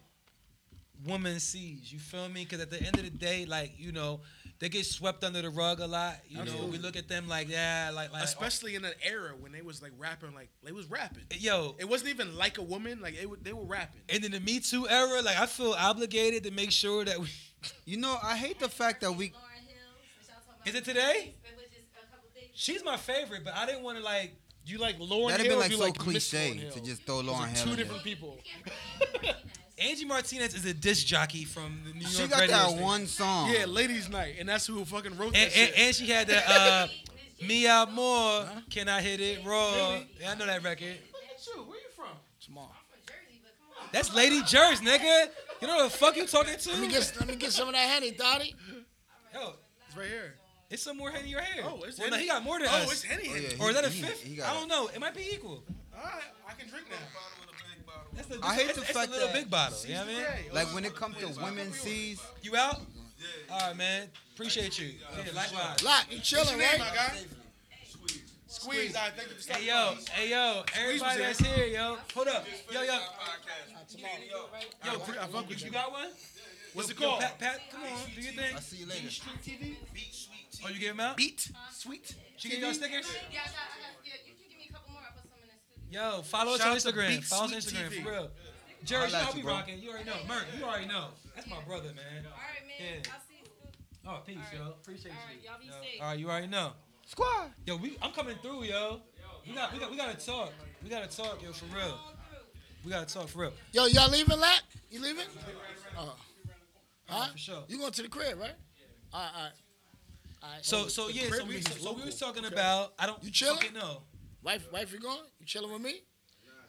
S2: woman sees. You feel me? Because at the end of the day, like you know, they get swept under the rug a lot. You know, we look at them like yeah, like like
S3: Especially in an era when they was like rapping, like they was rapping.
S2: oh, yo.
S3: It wasn't even like a woman. Like it, wa- they were rapping.
S2: and in the Me Too era, like I feel obligated to make sure that we.
S1: You know, I hate the fact that we.
S5: Lauryn Hill, which y'all talking about
S2: Is it today?
S5: It was just a couple things.
S2: She's my favorite, but I didn't want to like.
S3: You like Lauren
S1: That'd have been
S3: Hill,
S1: like
S3: you
S1: so
S3: like Miss Lauryn
S1: cliche
S3: Hill.
S1: to just throw Lauren
S3: Those are
S1: Hill.
S3: two
S1: in there.
S3: different people.
S2: Angie Martinez is a disc jockey from the New York.
S1: She got
S2: radio
S1: that
S2: station.
S1: one song.
S3: Yeah, Ladies Night, and that's who fucking wrote
S2: And,
S3: that
S2: and,
S3: shit.
S2: and she had that uh, Mia Moore. Can I hit it raw? Yeah, I know that record.
S3: Look at you. Where you from?
S4: Small.
S2: That's Lady Jers, nigga. You know who the fuck you talking to?
S4: Let me get let me get some of that honey, Dottie.
S2: Yo,
S3: It's right here.
S2: it's some more honey in your hair.
S3: Oh, it's
S2: well, no,
S3: Henny.
S2: he got more than
S3: Oh,
S2: us.
S3: it's Henny.
S1: Oh, yeah,
S2: or is that a
S1: he-
S2: fifth?
S1: he got
S2: I
S1: it.
S2: don't know. It might be equal.
S3: All right, I can drink now.
S2: That's the,
S1: I hate
S2: that's,
S1: the
S2: that's
S1: fact
S2: a little
S1: that-
S2: big bottle. You know what I mean?
S1: Like when it comes to women sees,
S2: You out? All right, man. Appreciate you. Yeah, likewise.
S4: Lock, you chilling,
S3: Name, my
S4: right?
S3: guy. Squeeze. Squeeze. All right, thank you for
S2: Hey yo, hey yo, everybody that's here, yo, hold up, yo, yo, yo,
S3: stopping. I fuck
S2: you,
S3: with
S2: you
S3: you.
S2: got one?
S3: What's
S2: Yo,
S3: it called?
S2: Pat, Pat, come on, do your thing.
S1: I see you later.
S2: Oh, you give him out?
S3: Beat. Sweet.
S2: She give y'all stickers?
S5: Yeah, I got, I got, yeah, you can give me a couple more. I'll put some in the studio.
S2: Yo, follow us
S3: Shout
S2: on
S3: out to
S2: Instagram.
S3: Beat
S2: Follow us on
S3: Sweet
S2: Instagram
S3: TV.
S2: for real. Jerry, you know
S1: at
S2: how
S1: you,
S2: we
S1: bro.
S2: rocking. You already know, Merk. You already know. That's my brother, man.
S5: All right, man.
S2: Yeah.
S5: I'll see you. soon.
S2: Oh, peace, yo. Appreciate
S5: All right,
S2: you.
S5: y'all be safe.
S2: All right, you already know.
S1: squad.
S2: Yo, we, I'm coming through, yo. We got, we got, we gotta talk. We gotta talk, yo, for real. We gotta talk for real,
S4: Yo, y'all leaving, Lock? You leaving? Oh. Huh?
S2: for sure.
S4: You going to the crib, right? All right, all right. All right.
S2: So, so yeah, so
S3: crib
S2: we,
S3: means
S2: so, so we was
S3: local.
S2: talking
S3: Okay.
S2: about. I don't.
S4: You chilling?
S2: fucking know.
S4: wife, wife, you going? You chilling with me?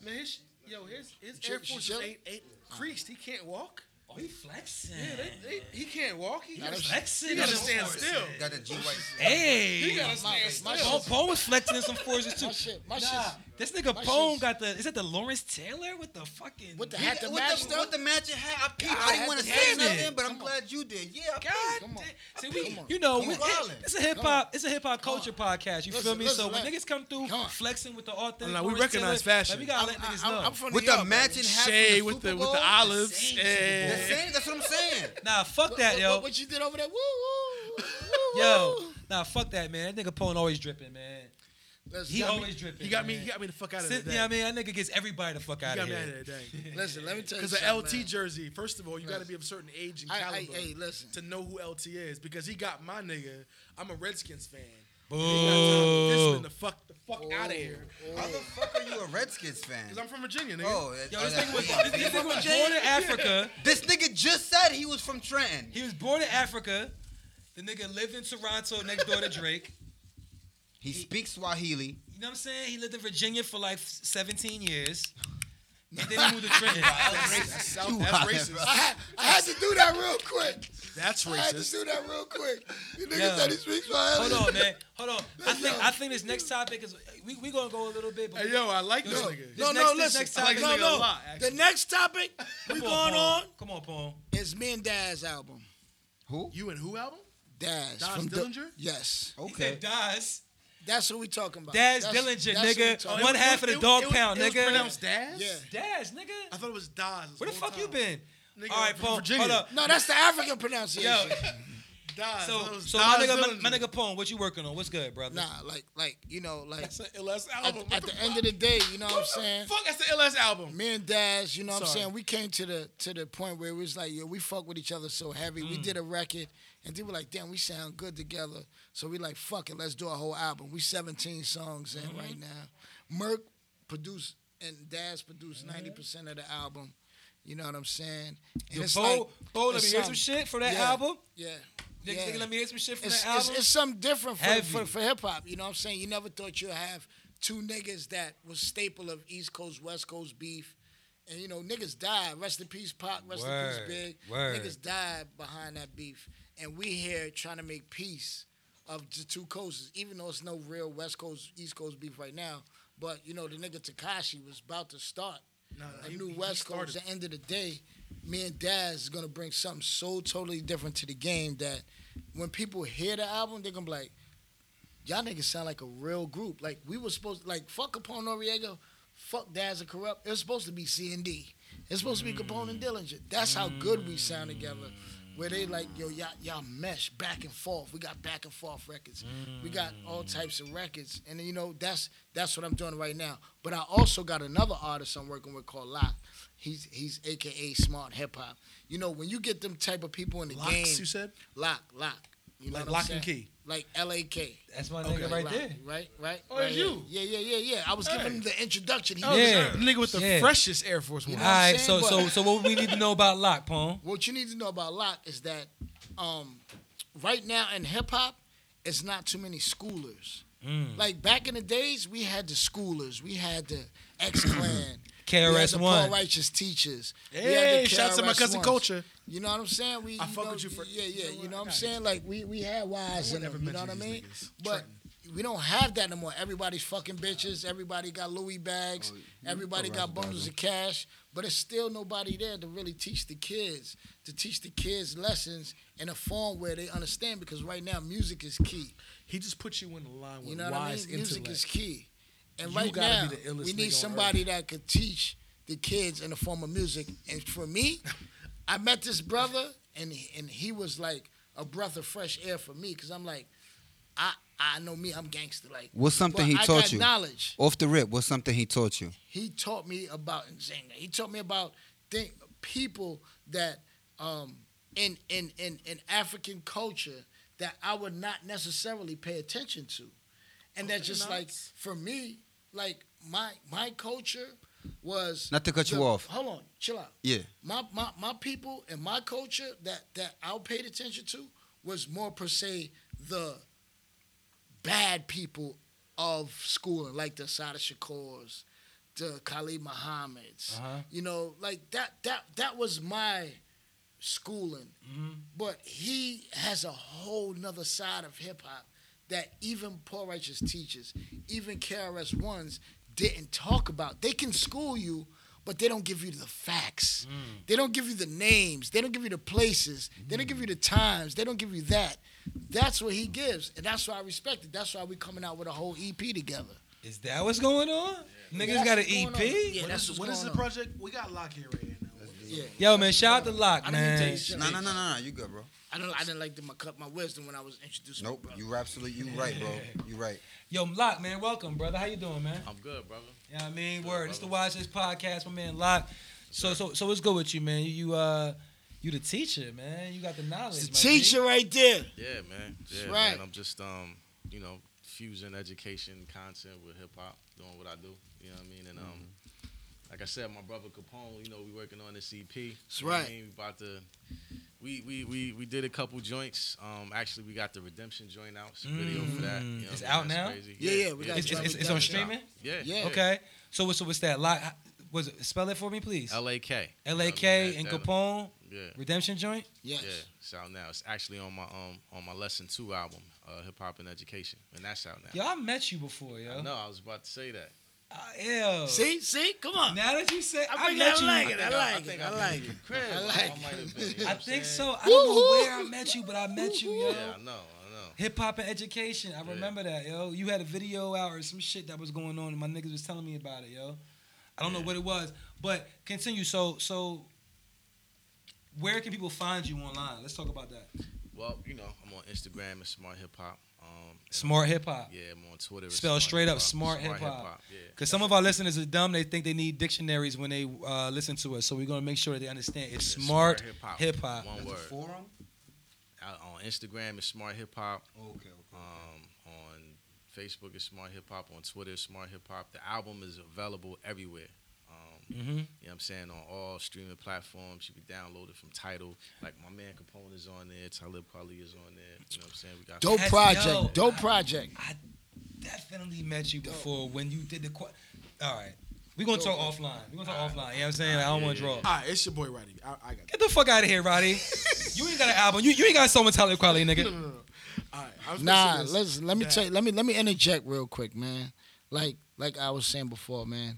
S3: Man, his, yo, his, his
S4: Ch-
S3: Air Force is
S4: chill.
S3: eight, eight creased. He can't walk.
S2: Oh, he flexing.
S3: Yeah, they, they, he can't walk. He gotta,
S2: flexing.
S3: he
S2: in
S3: gotta
S2: some
S3: stand
S2: forces.
S3: still.
S1: Got the G White.
S3: He
S2: Hey.
S3: gotta stand
S4: my
S3: still.
S2: Pone Pone was flexing in some forces too.
S4: My shit, my
S2: Nah,
S4: shit.
S2: this nigga
S4: my
S2: Pone
S4: shit's-
S2: got the. Is that the Lawrence Taylor with the fucking?
S4: With the
S1: Yeah,
S4: hat to
S1: with,
S4: match
S1: the,
S4: though?
S1: with the matching hat, I peeped.
S4: Yeah,
S1: I didn't
S4: I
S1: want to
S4: had
S2: to
S1: say
S2: have it.
S1: nothing, but I'm
S4: Come on.
S1: glad you did. Yeah, I
S2: God,
S4: Come on.
S2: damn. see, we,
S4: Come on.
S2: you know,
S1: Come
S2: we,
S1: on. Wildin'.
S2: it's a hip
S4: Come on.
S2: hop, it's a hip hop culture podcast. You feel
S4: Listen,
S2: me? so
S4: listen,
S2: when
S4: listen.
S2: niggas come through
S4: Come on.
S2: flexing with the authentic,
S3: Nah, we
S2: Lawrence
S3: recognize
S2: Taylor,
S3: fashion.
S2: Like, we gotta
S4: I'm,
S2: let niggas
S4: I'm,
S2: know.
S4: I'm from
S1: With
S4: New
S1: the
S4: York,
S1: matching hat
S3: Shade
S1: from the
S3: with
S1: Super
S3: the
S1: Bowl.
S3: with the olives.
S1: The
S3: eh.
S1: same, that's what I'm saying.
S2: nah, fuck
S4: baby.
S2: that,
S4: What-
S2: yo.
S4: What, what you did over there? Woo, woo, woo, woo.
S2: yo,
S4: woo.
S2: nah, fuck that, man. That nigga Pone always dripping, man.
S4: Listen,
S2: He
S4: let me-
S2: always dripping.
S3: He got me.
S2: man.
S3: He got me the fuck out of
S2: Sin-
S3: the day.
S2: you know what I mean? That nigga gets everybody the fuck
S3: He
S2: out
S3: got
S2: of
S3: me out
S2: here.
S3: of the day.
S4: Listen, let me tell you
S3: Because
S4: something.
S3: an LT
S4: man.
S3: jersey, first of all, you got to
S4: Listen.
S3: be of a certain age and
S4: I- I-
S3: caliber
S4: hey, listen.
S3: to know who LT is. Because he got my nigga. I'm a Redskins fan.
S2: Boo.
S3: And they got Tommy Dissman to fuck the fuck out of here.
S1: How the fuck are you a Redskins fan?
S3: Because I'm from Virginia, nigga.
S1: Oh,
S2: Yo,
S1: oh,
S2: this
S1: that-
S2: nigga was, this, this nigga was born in Africa.
S1: This nigga just said he was from Trenton.
S2: He was born in Africa. The nigga lived in Toronto next door to Drake.
S1: He speaks Swahili.
S2: You know what I'm saying? He lived in Virginia for like 17 years. And then he moved to Trenton.
S3: That's, South-
S1: You
S3: that's
S1: wild,
S3: racist.
S4: I had, I had to do that real quick.
S3: That's
S4: I had to
S3: racist.
S4: do that real quick. You niggas
S2: Yo.
S4: said he speaks Swahili.
S2: Hold on, man. Hold on. I think I think this next topic is we we gonna go a little bit. But
S3: Hey, yo, I like this
S2: Yo,
S3: nigga.
S2: this
S4: No,
S2: next-
S4: no,
S2: this
S4: listen.
S2: next topic-
S4: no,
S3: I like this nigga
S4: no.
S3: a lot, actually.
S4: the next topic we
S2: Come
S4: going on,
S2: Pong. Come on, Pong.
S4: is me and Daz album.
S1: Who?
S3: You and who album?
S4: Daz.
S3: Daz
S4: from the-
S3: Dillinger?
S4: yes.
S1: Okay.
S2: Daz,
S4: That's what we talking about.
S2: Daz
S4: That's-
S2: Dillinger,
S4: that's what we
S2: nigga.
S4: talking
S2: One
S4: about.
S2: half of the
S3: Oh, It was-
S2: dog
S3: it was-
S2: pound,
S3: it was
S2: nigga.
S3: pronounced Daz?
S4: Yeah.
S2: Daz,
S3: I
S2: nigga.
S3: thought it was Daz.
S2: Where the
S3: whole
S2: fuck you
S3: time.
S2: been?
S3: Nigga,
S2: All right,
S3: from
S2: Pong.
S3: Virginia.
S2: Hold up.
S4: No, that's the African pronunciation.
S2: Yo,
S3: Daz,
S2: So,
S3: those
S2: so my
S3: Daz
S2: nigga, my, my
S3: Dillinger.
S2: nigga Pone, what you working on? What's good, brother?
S4: Nah, like like you know like
S3: That's an LS
S4: at,
S3: album. What
S4: at the end of the day, you know what I'm
S3: What the
S4: saying.
S3: Fuck, that's the LS album.
S4: Me and Daz, you know what I'm
S3: Sorry.
S4: saying, we came to the to the point where it was like, yo, we fuck with each other so heavy. We
S2: Mm.
S4: did a record, and then we're like, damn, we sound good together. So we like, fuck it, let's do a whole album. We 17 songs
S2: Mm-hmm.
S4: in right now. Merck produced and Daz produced
S2: Mm-hmm.
S4: 90% of the album. You know what I'm saying? And
S2: Yo,
S4: it's
S2: Bo,
S4: like-
S2: Bo, let
S4: it's
S2: me hear some
S4: something.
S2: shit for that
S4: Yeah.
S2: album.
S4: Yeah.
S2: Nigga,
S4: yeah.
S2: nigga, let me hear some shit for
S4: it's,
S2: that album.
S4: It's, it's something different for,
S2: Heavy.
S4: for, for hip hop. You know what I'm saying? You never thought you'd have two niggas that was staple of East Coast, West Coast beef. And you know, niggas died. Rest in peace, Pop. Rest
S2: Word,
S4: in peace, Big.
S2: word.
S4: Niggas died behind that beef. And we here trying to make peace of the two coasts, even though it's no real West Coast, East Coast beef right now. But you know, the nigga Takashi was about to start
S3: No, no,
S4: a
S3: he-
S4: new
S3: he
S4: West Coast.
S3: started.
S4: At the end of the day, me and Daz is gonna bring something so totally different to the game that when people hear the album, they're gonna be like, "Y'all niggas sound like a real group." Like we was supposed, like fuck Capone Noriega, fuck Daz and Corrupt. It was supposed to be C and D. It's supposed to be Capone and Dillinger. That's how good we sound together. Where they like, yo, y'all, y'all mesh back and forth. We got back and forth records. We got all types of records. And you know, that's that's what I'm doing right now. But I also got another artist I'm working with called Lock. He's he's AKA Smart Hip Hop. You know, when you get them type of people in the
S3: Locks,
S4: game,
S3: you said?
S4: Lock, lock. You know
S3: Like
S4: what I'm
S3: Lock and
S4: saying?
S3: Key.
S4: Like L A K.
S2: That's my nigga right there.
S4: Right, right.
S3: Oh, it's
S4: right
S3: you. Oh,
S4: Yeah, yeah, yeah, yeah. I was
S3: Hey.
S4: giving him the introduction. He
S3: That was
S4: was-
S2: Yeah.
S3: the nigga with the
S2: Yeah.
S3: freshest Air Force
S4: You
S3: One.
S4: know
S2: All
S4: what I'm
S2: right, so
S4: saying?
S2: so
S4: But-
S2: so what we need to know about Lock Pone?
S4: What you need to know about Lock is that um, right now in hip hop, it's not too many schoolers. Like back in the days, we had the schoolers, we had the X Clan, we had the
S2: KRS-One.
S4: Paul Righteous teachers. we had
S3: Hey,
S4: the
S3: shout out to my cousin
S4: KRS-Ones.
S3: Culture.
S4: You know what I'm saying? We,
S3: I fuck
S4: know,
S3: with you for-
S4: yeah,
S3: you
S4: yeah.
S3: know
S4: You
S3: what?
S4: know
S3: I
S4: what I'm
S3: got
S4: saying? Like we we had wise
S3: I
S4: in
S3: would
S4: them.
S3: never
S4: You know what I
S3: mention
S4: mean?
S3: these niggas.
S4: But we don't have that no more. Everybody's fucking bitches. Everybody got Louis bags. Everybody got bundles of cash. But it's still nobody there to really teach the kids to teach the kids lessons in a form where they understand. Because right now, music is key.
S3: He just put you in the line with
S4: You know what I mean?
S3: wise
S4: Music
S3: intellect.
S4: is key. And
S3: You
S4: right now,
S3: gotta be the illest nigga
S4: we
S3: on
S4: need somebody that could teach the kids in the form of music. And for me, I met this brother, and he, and he was like a breath of fresh air for me because I'm like, I I know me, I'm gangster. Like,
S1: What's something
S4: but
S1: he
S4: I
S1: taught
S4: got
S1: you?
S4: Knowledge.
S1: Off the rip, what's something he taught you?
S4: He taught me about Nzinga. He taught me about think people that um in in in in African culture that I would not necessarily pay attention to. And that just like
S3: nuts.
S4: for me, like my my culture was
S1: Not to cut you
S4: the-
S1: off.
S4: Hold on, chill out.
S1: Yeah.
S4: My my my people and my culture that that I paid attention to was more per se the bad people of schooling, like the Sada Shakur's, the Khalid Muhammad's. You know, like that that that was my schooling. But he has a whole nother side of hip hop that even Paul Righteous teachers, even KRS ones didn't talk about. They can school you, but they don't give you the facts. They don't give you the names. They don't give you the places. They don't give you the times. They don't give you that. That's what he gives, and that's why I respect it. That's why we coming out with a whole EP together.
S2: Is that what's going on? Niggas
S4: That's
S2: got an E
S4: what's going on.
S2: EP.
S4: Yeah,
S3: What
S4: that's
S3: is,
S4: what's
S3: what is
S4: going
S3: the
S4: on.
S3: project? We got Lock here right here now.
S4: Yeah.
S2: Yo, man, shout out to
S4: I
S2: Lock,
S4: didn't even tell
S2: man.
S4: you shit.
S1: No, no, no, no, no. You good, bro.
S4: I don't. I didn't like the, my cup, my wisdom when I was introduced.
S1: Nope. You absolutely you right, bro. You right.
S2: Yo, Lock, man, welcome, brother. How you doing, man?
S6: I'm good, brother.
S2: Yeah, I mean, word. It's the Watch This podcast, my man Lock. So, so, so, what's good with you, man? You, uh, you the teacher, man. You got the knowledge.
S4: It's the
S2: my
S4: teacher right there.
S6: Yeah, man. Yeah,
S4: right.
S6: man. I'm just um, you know, fusing education content with hip hop, doing what I do. You know what I mean? And um, like I said, my brother Capone, you know, we working on this EP.
S4: Mm-hmm.
S6: You
S4: That's
S6: know what I
S4: right.
S6: mean? We about to. We, we, we, we did a couple joints. Um, actually, we got the Redemption joint out. It's a video for that. You know
S2: Mm. It's
S6: what I mean?
S2: out
S6: That's
S2: now?
S6: crazy.
S4: Yeah, yeah, we got
S2: It's,
S4: That's
S2: it's,
S4: why
S2: it's,
S4: we
S2: it's
S4: done
S2: on
S4: it.
S2: streaming.
S6: Yeah.
S4: Yeah.
S2: Okay. So, so what's that? Lock. Was it spell it for me, please?
S6: L A K.
S2: L A K and Capone
S6: Yeah.
S2: Redemption Joint.
S4: Yes.
S6: Yeah, it's out now. It's actually on my um on my lesson two album, uh, hip hop and education, and that's out now.
S2: Yo, I met you before, yo.
S6: No, I was about to say that.
S2: Uh, ew.
S4: See, see, come on.
S2: Now that you say,
S4: I,
S2: I,
S4: think
S2: met
S4: I
S2: you.
S4: like it.
S6: I
S4: I
S6: think I- I
S4: like it.
S6: think
S4: I
S6: I
S4: like it.
S6: Crib.
S4: I like
S6: I might
S4: it.
S6: have been. you know
S2: I
S6: what I'm
S2: think
S6: saying?
S2: so. I don't know where I met you, but I met you, yo.
S6: Yeah, I know, I know.
S2: Hip hop and education. I remember that, yo. You had a video out or some shit that was going on, and my niggas was telling me about it, yo. I don't know
S6: Yeah.
S2: what it was, but continue. So, so where can people find you online? Let's talk about that.
S6: Well, you know, I'm on Instagram and Smart Hip Hop. Um, and
S2: Smart hip hop.
S6: I'm- Yeah, I'm on Twitter. as
S2: Spelled straight up
S6: Hip Hop.
S2: Smart Hip Hop.
S6: Yeah.
S2: Because some of our listeners are dumb. They think they need dictionaries when they uh, listen to us. So we're going to make sure that they understand it's
S6: Yeah,
S2: smart,
S6: Smart Hip Hop.
S2: hip hop.
S6: One
S1: That's a
S6: word.
S1: forum.
S6: Out on Instagram is Smart Hip Hop.
S1: Okay.
S6: Um, on Facebook is Smart Hip Hop. On Twitter is Smart Hip Hop. The album is available everywhere. Um,
S2: Mm-hmm.
S6: You know what I'm saying? On all streaming platforms. You can download it from Tidal. Like my man Capone is on there. Talib Kweli is on there. You know what I'm saying? We got
S4: Dope
S2: That's
S4: project.
S2: dope.
S4: Dope project.
S2: Definitely met you before when you did the. Qu- All right. We're going to talk offline. We're going to talk offline. You know what I'm saying? I don't want to draw.
S3: All right, it's your boy Roddy. I, I got.
S2: Get the fuck out of here, Roddy. you ain't got an album. You, you ain't got someone telling quality, nigga.
S3: All right, I was gonna
S4: Nah,
S3: say this.
S4: listen. Let me
S3: Nah.
S4: tell you, let me let me interject real quick, man. Like like I was saying before, man.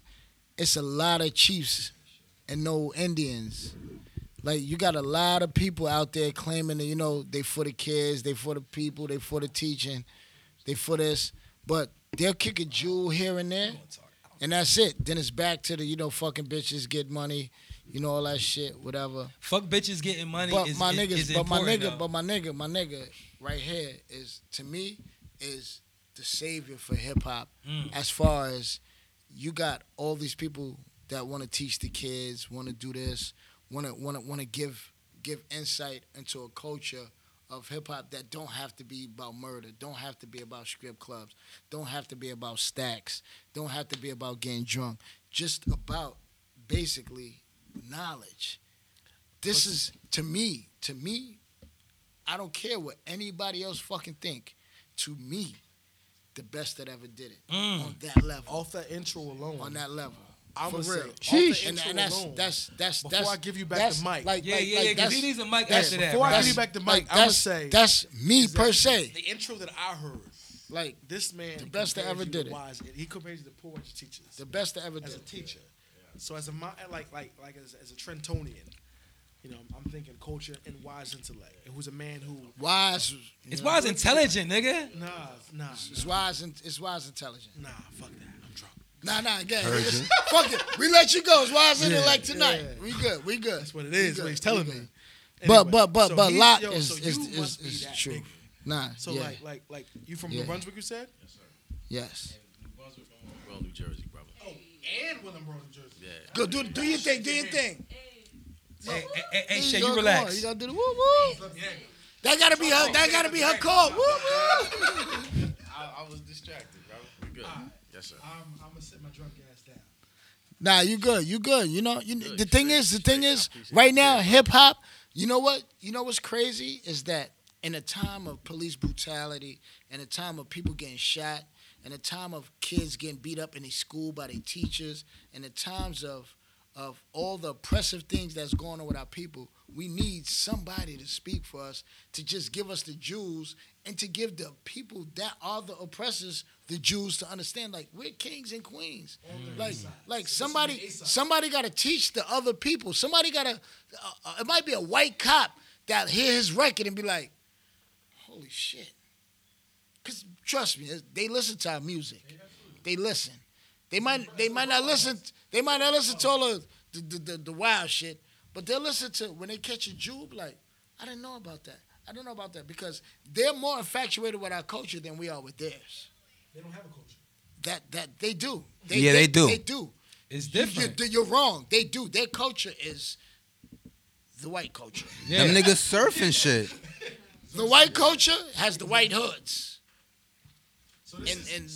S4: It's a lot of Chiefs and no Indians. Like you got a lot of people out there claiming that you know they for the kids, they for the people, they for the teaching, they for this, but they'll kick a jewel here and there, and that's it. Then it's back to the you know fucking bitches get money, you know all that shit, whatever.
S2: Fuck bitches getting money.
S4: But
S2: is,
S4: my
S2: is-
S4: niggas,
S2: is
S4: but my
S2: important,
S4: nigga,
S2: though.
S4: but my nigga, my nigga, right here is to me is the savior for hip hop.
S2: Mm.
S4: As far as you got all these people that want to teach the kids, want to do this, want to want to want to give give insight into a culture of hip hop that don't have to be about murder, don't have to be about strip clubs, don't have to be about stacks, don't have to be about getting drunk, just about basically knowledge. This is to me, to me, I don't care what anybody else fucking think. To me, the best that ever did it
S2: Mm.
S4: on that level.
S3: off that intro alone.
S4: On that level.
S3: I'm
S4: for
S3: gonna
S4: real.
S3: Oh. say, off the
S4: And,
S3: intro
S4: and that's,
S3: alone.
S4: that's that's
S3: Before
S4: that's
S3: I give you back
S4: that's
S3: the mic.
S4: Like,
S2: Yeah,
S4: like,
S2: yeah,
S4: like,
S2: yeah. Because
S4: that's-
S2: he needs a mic
S4: that's-
S2: after that.
S3: before I
S2: bro.
S3: give you back the mic,
S4: like,
S3: I would
S4: that's-
S3: say
S4: that's me per se.
S3: The intro that I heard,
S4: Like
S3: this man,
S4: The best that
S3: compares
S4: ever
S3: you
S4: did
S3: to
S4: it.
S3: Wise, and he compares you to poor white teachers
S4: the best that ever did
S3: as a
S4: it.
S3: teacher. So as a mo- like like like as, as a Trentonian, you know, I'm thinking culture and wise intellect, and who's a man who
S4: Wise,
S2: It's wise intelligent, nigga.
S3: nah nah
S4: It's wise. and- It's wise intelligent.
S3: nah fuck that. I'm drunk.
S4: Nah, nah, again. it's- Fuck it. We let you go. It's wise
S3: Yeah,
S4: intellect tonight.
S3: yeah.
S4: We good. We good.
S3: That's what it
S4: We
S3: is.
S4: good.
S3: What he's telling me.
S4: We good.
S3: Anyway,
S4: But but but
S3: so
S4: but
S3: he's-
S4: lot
S3: yo,
S4: is
S3: so
S4: is
S3: you
S4: is,
S3: must be
S4: is
S3: that
S4: true.
S3: nigga.
S4: Nah.
S3: So
S4: yeah.
S3: like like like you from
S4: Yeah.
S3: New Brunswick, you said?
S4: yes.
S6: Well, New Jersey, brother.
S3: Oh, and Willenboro, New Jersey.
S6: Yeah.
S4: Go do do your thing. Do your thing.
S2: Hey, hey, hey, Shay,
S4: gotta-
S2: you
S4: come on,
S2: relax.
S4: You gotta do the woo woo. That gotta be her. That gotta be her call. Woo woo.
S6: I, I was distracted, bro. We good. Yes, sir.
S3: I'm, I'm gonna sit my drunk ass down.
S4: Nah, you good. You good. You know, you,
S6: Good.
S4: the thing
S6: Straight-
S4: is, the thing
S6: straight. I
S4: is,
S6: appreciate
S4: right
S6: it.
S4: now,
S6: Yeah.
S4: hip hop. You know what? You know what's crazy is that in a time of police brutality, in a time of people getting shot, in a time of kids getting beat up in their school by their teachers, in the times of of all the oppressive things that's going on with our people, we need somebody to speak for us, to just give us the jewels, and to give the people that are the oppressors the jewels to understand. Like we're kings and queens. Like like somebody somebody got to teach the other people. Somebody got to. Uh, uh, it might be a white cop that hear his record and be like, "Holy shit." Cause trust me, they listen to our music. They listen. They might they might not listen. They might not listen to all the the, the, the, the wild shit, but they'll listen to when they catch a jewel. be Like I didn't know about that. I don't know about that because they're more infatuated with our culture than we are with theirs.
S3: They don't have a culture.
S4: That that they do.
S1: Yeah, they do.
S4: They do.
S2: It's
S4: You're,
S2: different.
S4: you're wrong. They do. Their culture is the white culture.
S2: Yeah.
S1: Them niggas surfing shit.
S4: The white culture has the white hoods.
S3: So
S4: And- and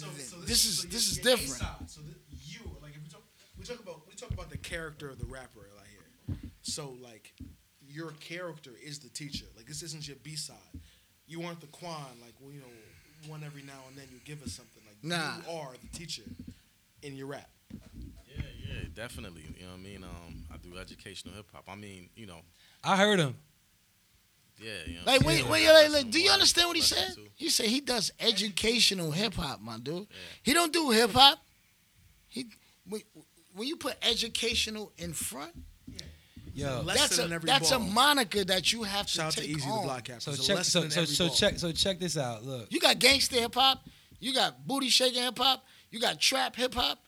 S4: this is- this is different.
S3: Aesop. So thi- you like if we talk we talk about we talk about the character of the rapper like here. So like your character is the teacher. Like this isn't your B side. You aren't the Quan like well, you know one every now and then you give us something like
S4: Nah.
S3: you are the teacher in your rap.
S6: Yeah, yeah, definitely. You know what I mean? Um, I do educational hip hop. I mean, you know,
S2: I heard him.
S6: yeah. You know
S4: Like,
S6: what I'm
S4: wait,
S6: saying?
S4: wait,
S6: Yeah,
S4: like,
S6: lesson
S4: like, do you
S6: one,
S4: understand what he
S6: lesson
S4: said?
S6: two.
S4: He said he does educational hip hop, my dude. He don't do hip hop. He when, when you put educational in front,
S2: Yo.
S3: Lesson
S4: that's a
S3: in every
S4: that's a
S3: ball.
S4: moniker that you have to
S3: Shout out to
S4: take
S3: Easy
S4: on.
S3: the Block Cap.
S2: So
S3: There's a
S2: check.
S3: lesson
S2: So
S3: in
S2: so
S3: every
S2: so
S3: ball.
S2: check. So check this out. Look.
S4: You got gangster hip hop, you got booty shaking hip hop, you got trap hip hop.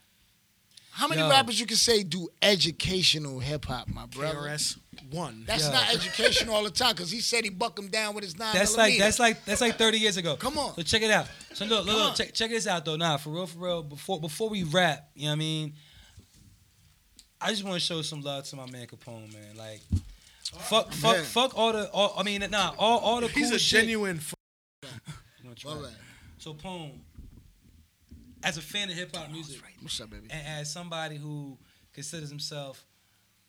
S4: How many
S2: Yo.
S4: rappers you can say do educational hip hop, my brother?
S3: KRS One.
S4: That's
S2: Yo.
S4: not educational all the time because he said he buck him down with his nine.
S2: That's like that's like that's like 30 years ago.
S4: Come on.
S2: So check it out. So look, look,
S4: Come
S2: look
S4: on.
S2: check, check this out though. Nah, for real, for real. Before before we wrap, you know what I mean? I just want to show some love to my man Capone, man. Like fuck fuck
S4: Oh, man.
S2: fuck all the all, I mean nah, all all the
S3: He's
S2: cool
S3: a
S2: shit.
S3: genuine. F-
S2: I'm gonna try.
S4: All right.
S2: So Pone, as a fan of hip hop music
S4: What's up, baby?
S2: and as somebody who considers himself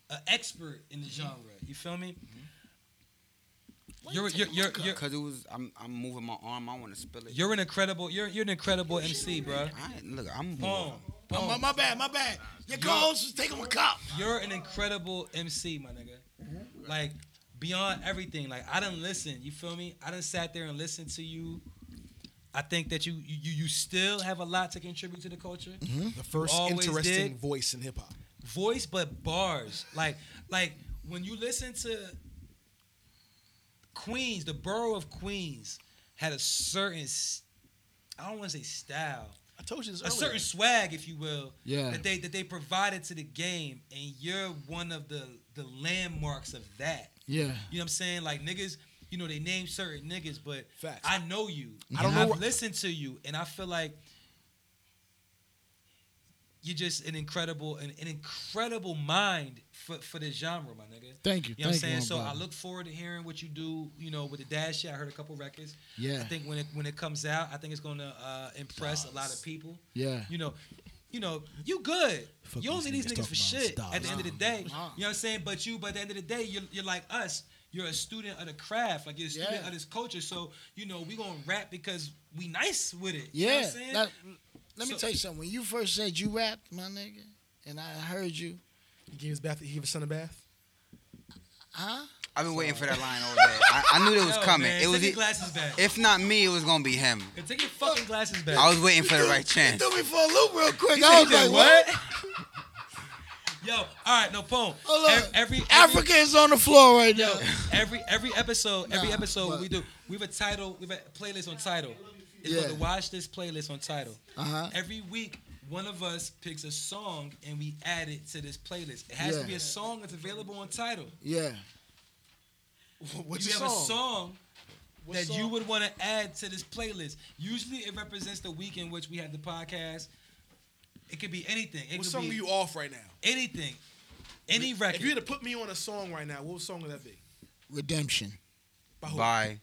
S2: an expert in the genre, you feel me?
S4: Mm-hmm.
S2: You're, you're, you're, you're,
S1: Cause it was I'm I'm moving my arm. I want to spill it.
S2: You're an incredible. You're you're an incredible MC, bro.
S1: I, look, I'm
S2: Boom.
S4: Oh, my,
S2: Boom.
S4: my bad, my bad. Your co-host was taking a cup.
S2: You're an incredible MC, my nigga. Like beyond everything. Like I didn't listen. You feel me? I done sat there and listened to you. I think that you you you still have a lot to contribute to the culture.
S3: the first
S2: Always
S3: interesting
S2: did.
S3: voice in hip hop.
S2: Voice, but bars. Like like when you listen to Queens, the borough of Queens had a certain. s- I don't want to say style.
S3: I told you this
S2: a
S3: earlier.
S2: certain swag, if you will,
S4: Yeah.
S2: that they that they provided to the game, and you're one of the the landmarks of that.
S4: Yeah.
S2: You know what I'm saying? Like niggas, you know they name certain niggas, but
S3: Facts.
S2: I know you.
S3: I don't
S2: and
S3: know
S2: I've
S3: wh-
S2: listened to you, and I feel like you're just an incredible an, an incredible mind for for the genre, my nigga.
S4: Thank you.
S2: You know what I'm
S4: Thank
S2: saying?
S4: my
S2: So I
S4: brother.
S2: look forward to hearing what you do, you know, with the dash shit. I heard a couple records.
S4: Yeah.
S2: I think when it when it comes out, I think it's gonna uh, impress a lot of people.
S4: Yeah.
S2: You know, you know, you good.
S3: Fuck
S2: you don't
S3: these
S2: need these
S3: niggas
S2: niggas for
S3: talking about
S2: shit
S3: style.
S2: at the end of the day.
S4: Nah.
S2: You know what I'm saying? But you, but at the end of the day, you're, you're like us. You're a student of the craft. Like you're a student
S4: Yeah.
S2: of this culture. So, you know, we gonna rap because we nice with it. You know
S4: Yeah.
S2: what I'm saying?
S4: Now, let me
S2: So-
S4: tell you something. When you first said you rapped, my nigga, and I heard you,
S3: He gave his bath. He gave his son a bath.
S4: huh?
S1: I've been waiting for that line all day. I, I knew it was
S2: Yo,
S1: coming.
S2: man,
S1: it was
S2: take
S1: e-
S2: your glasses back.
S1: if not me, it was gonna be him.
S2: Yeah, take your fucking glasses back.
S1: I was waiting for the right chance.
S4: Threw me for a loop real quick.
S2: He
S4: I was
S2: said,
S4: like, what?
S2: Yo, all right, no phone.
S4: Hold on.
S2: Ev- Every, every
S4: Africa is on the floor right
S2: Yo,
S4: now.
S2: every every episode, every
S4: Nah,
S2: episode
S4: but-
S2: we do, we have a title, we have a playlist on title. It's
S4: Yeah.
S2: called the Watch This Playlist on title.
S4: Uh-huh.
S2: Every week, one of us picks a song and we add it to this playlist. It has
S4: Yeah.
S2: to be a song that's available on title.
S4: Yeah.
S3: What's
S2: you
S3: your
S2: have
S3: song?
S2: a song
S3: What
S2: that
S3: song?
S2: you would want to add to this playlist. Usually, it represents the week in which we have the podcast. It could be anything. It
S3: What
S2: could
S3: song
S2: be
S3: are you off right now?
S2: anything, any record.
S3: If you had to put me on a song right now, what song would that be?
S4: Redemption.
S3: By who?
S1: Bye.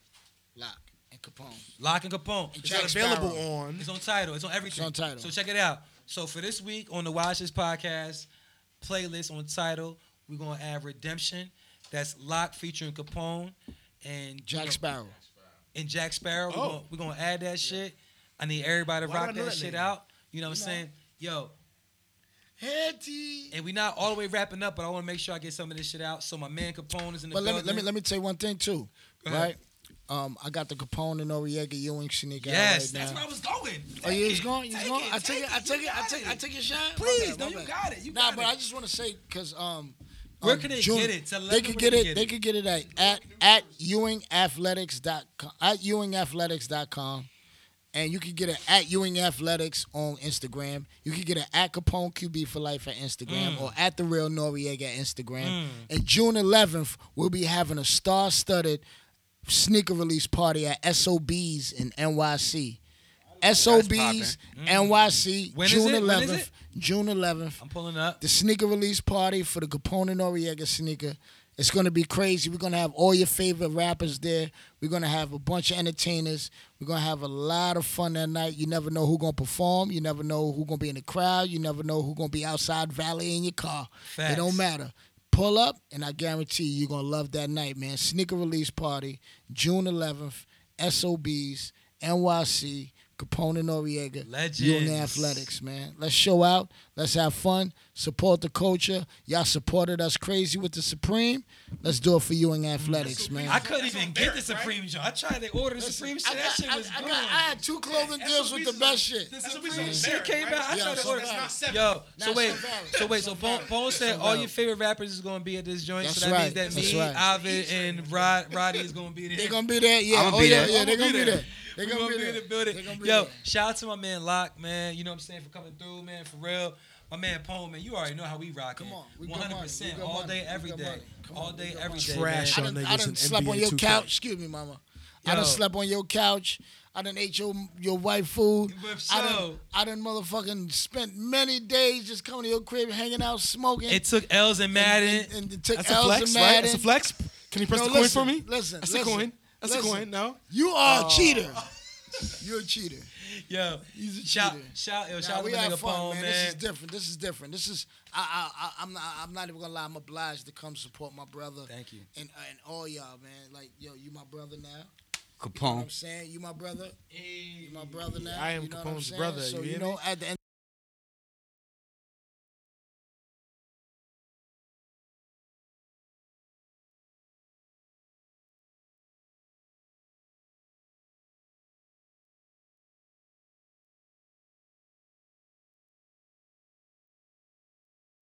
S4: Lock and Capone.
S2: Lock and Capone.
S3: Is
S4: Jack
S3: that available
S4: Sparrow.
S3: on?
S2: It's on title. It's on everything.
S4: It's on Tidal.
S2: So check it out. So for this week on the Watch This Podcast playlist on title, we're gonna add Redemption. That's Lock featuring Capone and
S4: Jack Sparrow.
S2: and Jack Sparrow.
S3: Oh.
S2: We're, gonna, we're gonna add that shit. I need everybody to
S3: Why do I
S2: rock
S3: know
S2: that,
S3: that
S2: shit
S3: name?
S2: out. You know what I'm saying? Yo,
S4: Hetty.
S2: and we not all the way wrapping up, but I want to make sure I get some of this shit out. So my man Capone is in the
S4: But let me
S2: building.
S4: let me let me tell you one thing too,
S2: Go ahead.
S4: right? Um, I got the Capone and Noriega Ewing sneaker
S2: Yes,
S4: out right
S2: that's
S4: now.
S2: where I was going.
S4: Oh, yeah,
S2: Take
S4: it's
S2: it.
S4: going. It's
S2: Take
S4: going. I
S2: Take
S4: took it. I took
S2: You
S4: it. I
S2: got
S4: took. I took your shot. My
S2: Please,
S4: bad,
S2: no,
S4: my
S2: you
S4: bad.
S2: got it. You
S4: Nah,
S2: got
S4: but
S2: it.
S4: I just want to say because um,
S2: Where
S4: um,
S2: can they
S4: June-
S2: get it? Tell them
S4: they
S2: where
S4: can
S2: they
S4: get
S2: can
S4: it.
S2: get
S4: They
S2: it.
S4: can get it at at at ewingathletics.com at ewingathletics.com, and you can get it at Ewing Athletics on Instagram. You can get it at Capone QB for life at Instagram
S2: Mm.
S4: or at the real Noriega at Instagram. And June 11th, we'll be having a star-studded sneaker release party at SOBs in NYC. SOBs, NYC,
S2: Mm. When is
S4: June
S2: it? When is
S4: 11th.
S2: it?
S4: June 11th.
S2: I'm pulling up.
S4: The sneaker release party for the Capone and Noriega sneaker. It's going to be crazy. We're going to have all your favorite rappers there. We're going to have a bunch of entertainers. We're going to have a lot of fun that night. You never know who going to perform. You never know who going to be in the crowd. You never know who going to be outside valleying your car. It
S2: Facts.
S4: don't matter. Pull up, and I guarantee you, you're going to love that night, man. Sneaker release party, June 11th, SOBs, NYC, Capone and Noriega.
S2: Legends.
S4: Union Athletics, man. Let's show out. Let's have fun. Support the culture. Y'all supported us crazy with the Supreme. Let's do it for
S2: Mm,
S4: Ewing Athletics, man.
S2: I couldn't even get the Supreme joint. I tried to order the Supreme shit. That shit
S4: I,
S2: was
S4: I
S2: good.
S4: got, I had two clothing deals with the best shit.
S2: The
S3: That's what we
S2: Supreme
S3: said,
S2: shit came
S3: right?
S2: out. I
S4: Yeah,
S2: tried to
S4: so
S2: order.
S4: that's not
S3: seven.
S2: Yo, so
S4: Not
S2: wait,
S4: so valid.
S2: so wait, so Bone, Bone said all your
S4: valid.
S2: favorite rappers is gonna be at this joint.
S4: That's
S2: so that means
S4: right.
S2: that
S4: That's
S2: me,
S4: right.
S2: Ovid, and Rod, Roddy is gonna be there.
S4: They gonna be there, yeah.
S1: I'ma
S4: oh
S1: be
S4: yeah,
S1: there.
S4: yeah. They
S2: I'ma
S4: gonna
S2: be
S4: be
S2: there.
S4: there. They
S2: We
S4: gonna be
S2: in
S4: there.
S2: the building.
S4: They gonna be
S2: Yo, shout out to my man Lock, man. You know what I'm saying for coming through, man. For real, my man Pone, man. You already know how we rock.
S4: Come on, we got
S2: 100 percent
S4: money, we got
S2: all day,
S4: money,
S2: every
S4: we got
S2: day,
S4: money. Come
S2: all
S4: on, we
S2: day,
S4: got
S2: every
S4: money.
S2: day.
S4: I
S2: Trash.
S3: Trash. y'all
S4: done, I
S3: niggas
S4: done
S3: in
S4: slept
S3: NBA
S4: on your
S3: 2K.
S4: couch. Excuse me, mama. I
S2: Yo.
S4: done slept on your couch. I done ate your your wife food.
S2: But
S4: I
S2: so-
S4: done I done motherfucking spent many days just coming to your crib, hanging out, smoking.
S2: It took L's and
S4: and,
S2: Madden.
S4: and, and it took
S3: That's a
S4: L's
S3: flex,
S4: and
S3: right?
S4: Madden.
S3: That's a flex. Can you press
S4: No,
S3: the coin
S4: listen,
S3: for me?
S4: listen,
S3: That's
S4: listen,
S3: a coin. That's
S4: listen.
S3: a coin. No. Oh.
S4: You are a cheater. You're a cheater.
S2: Yo,
S4: He's a
S2: shout,
S4: cheater.
S2: shout, yo, shout
S4: Nah,
S2: out to
S4: we
S2: my
S4: have
S2: nigga
S4: fun,
S2: Pone,
S4: man.
S2: man.
S4: This is different. This is different. This is I, I, I I'm not I'm not even gonna lie. I'm obliged to come support my brother.
S2: Thank you.
S4: And and all y'all, man. Like yo, you my brother now. You know what
S1: Capone.
S4: I'm saying you my brother. You my brother now.
S3: I am
S4: you know what I'm
S3: Capone's
S4: saying?
S3: brother,
S4: So
S3: you
S4: you
S3: hear
S4: know,
S3: me?
S4: at the end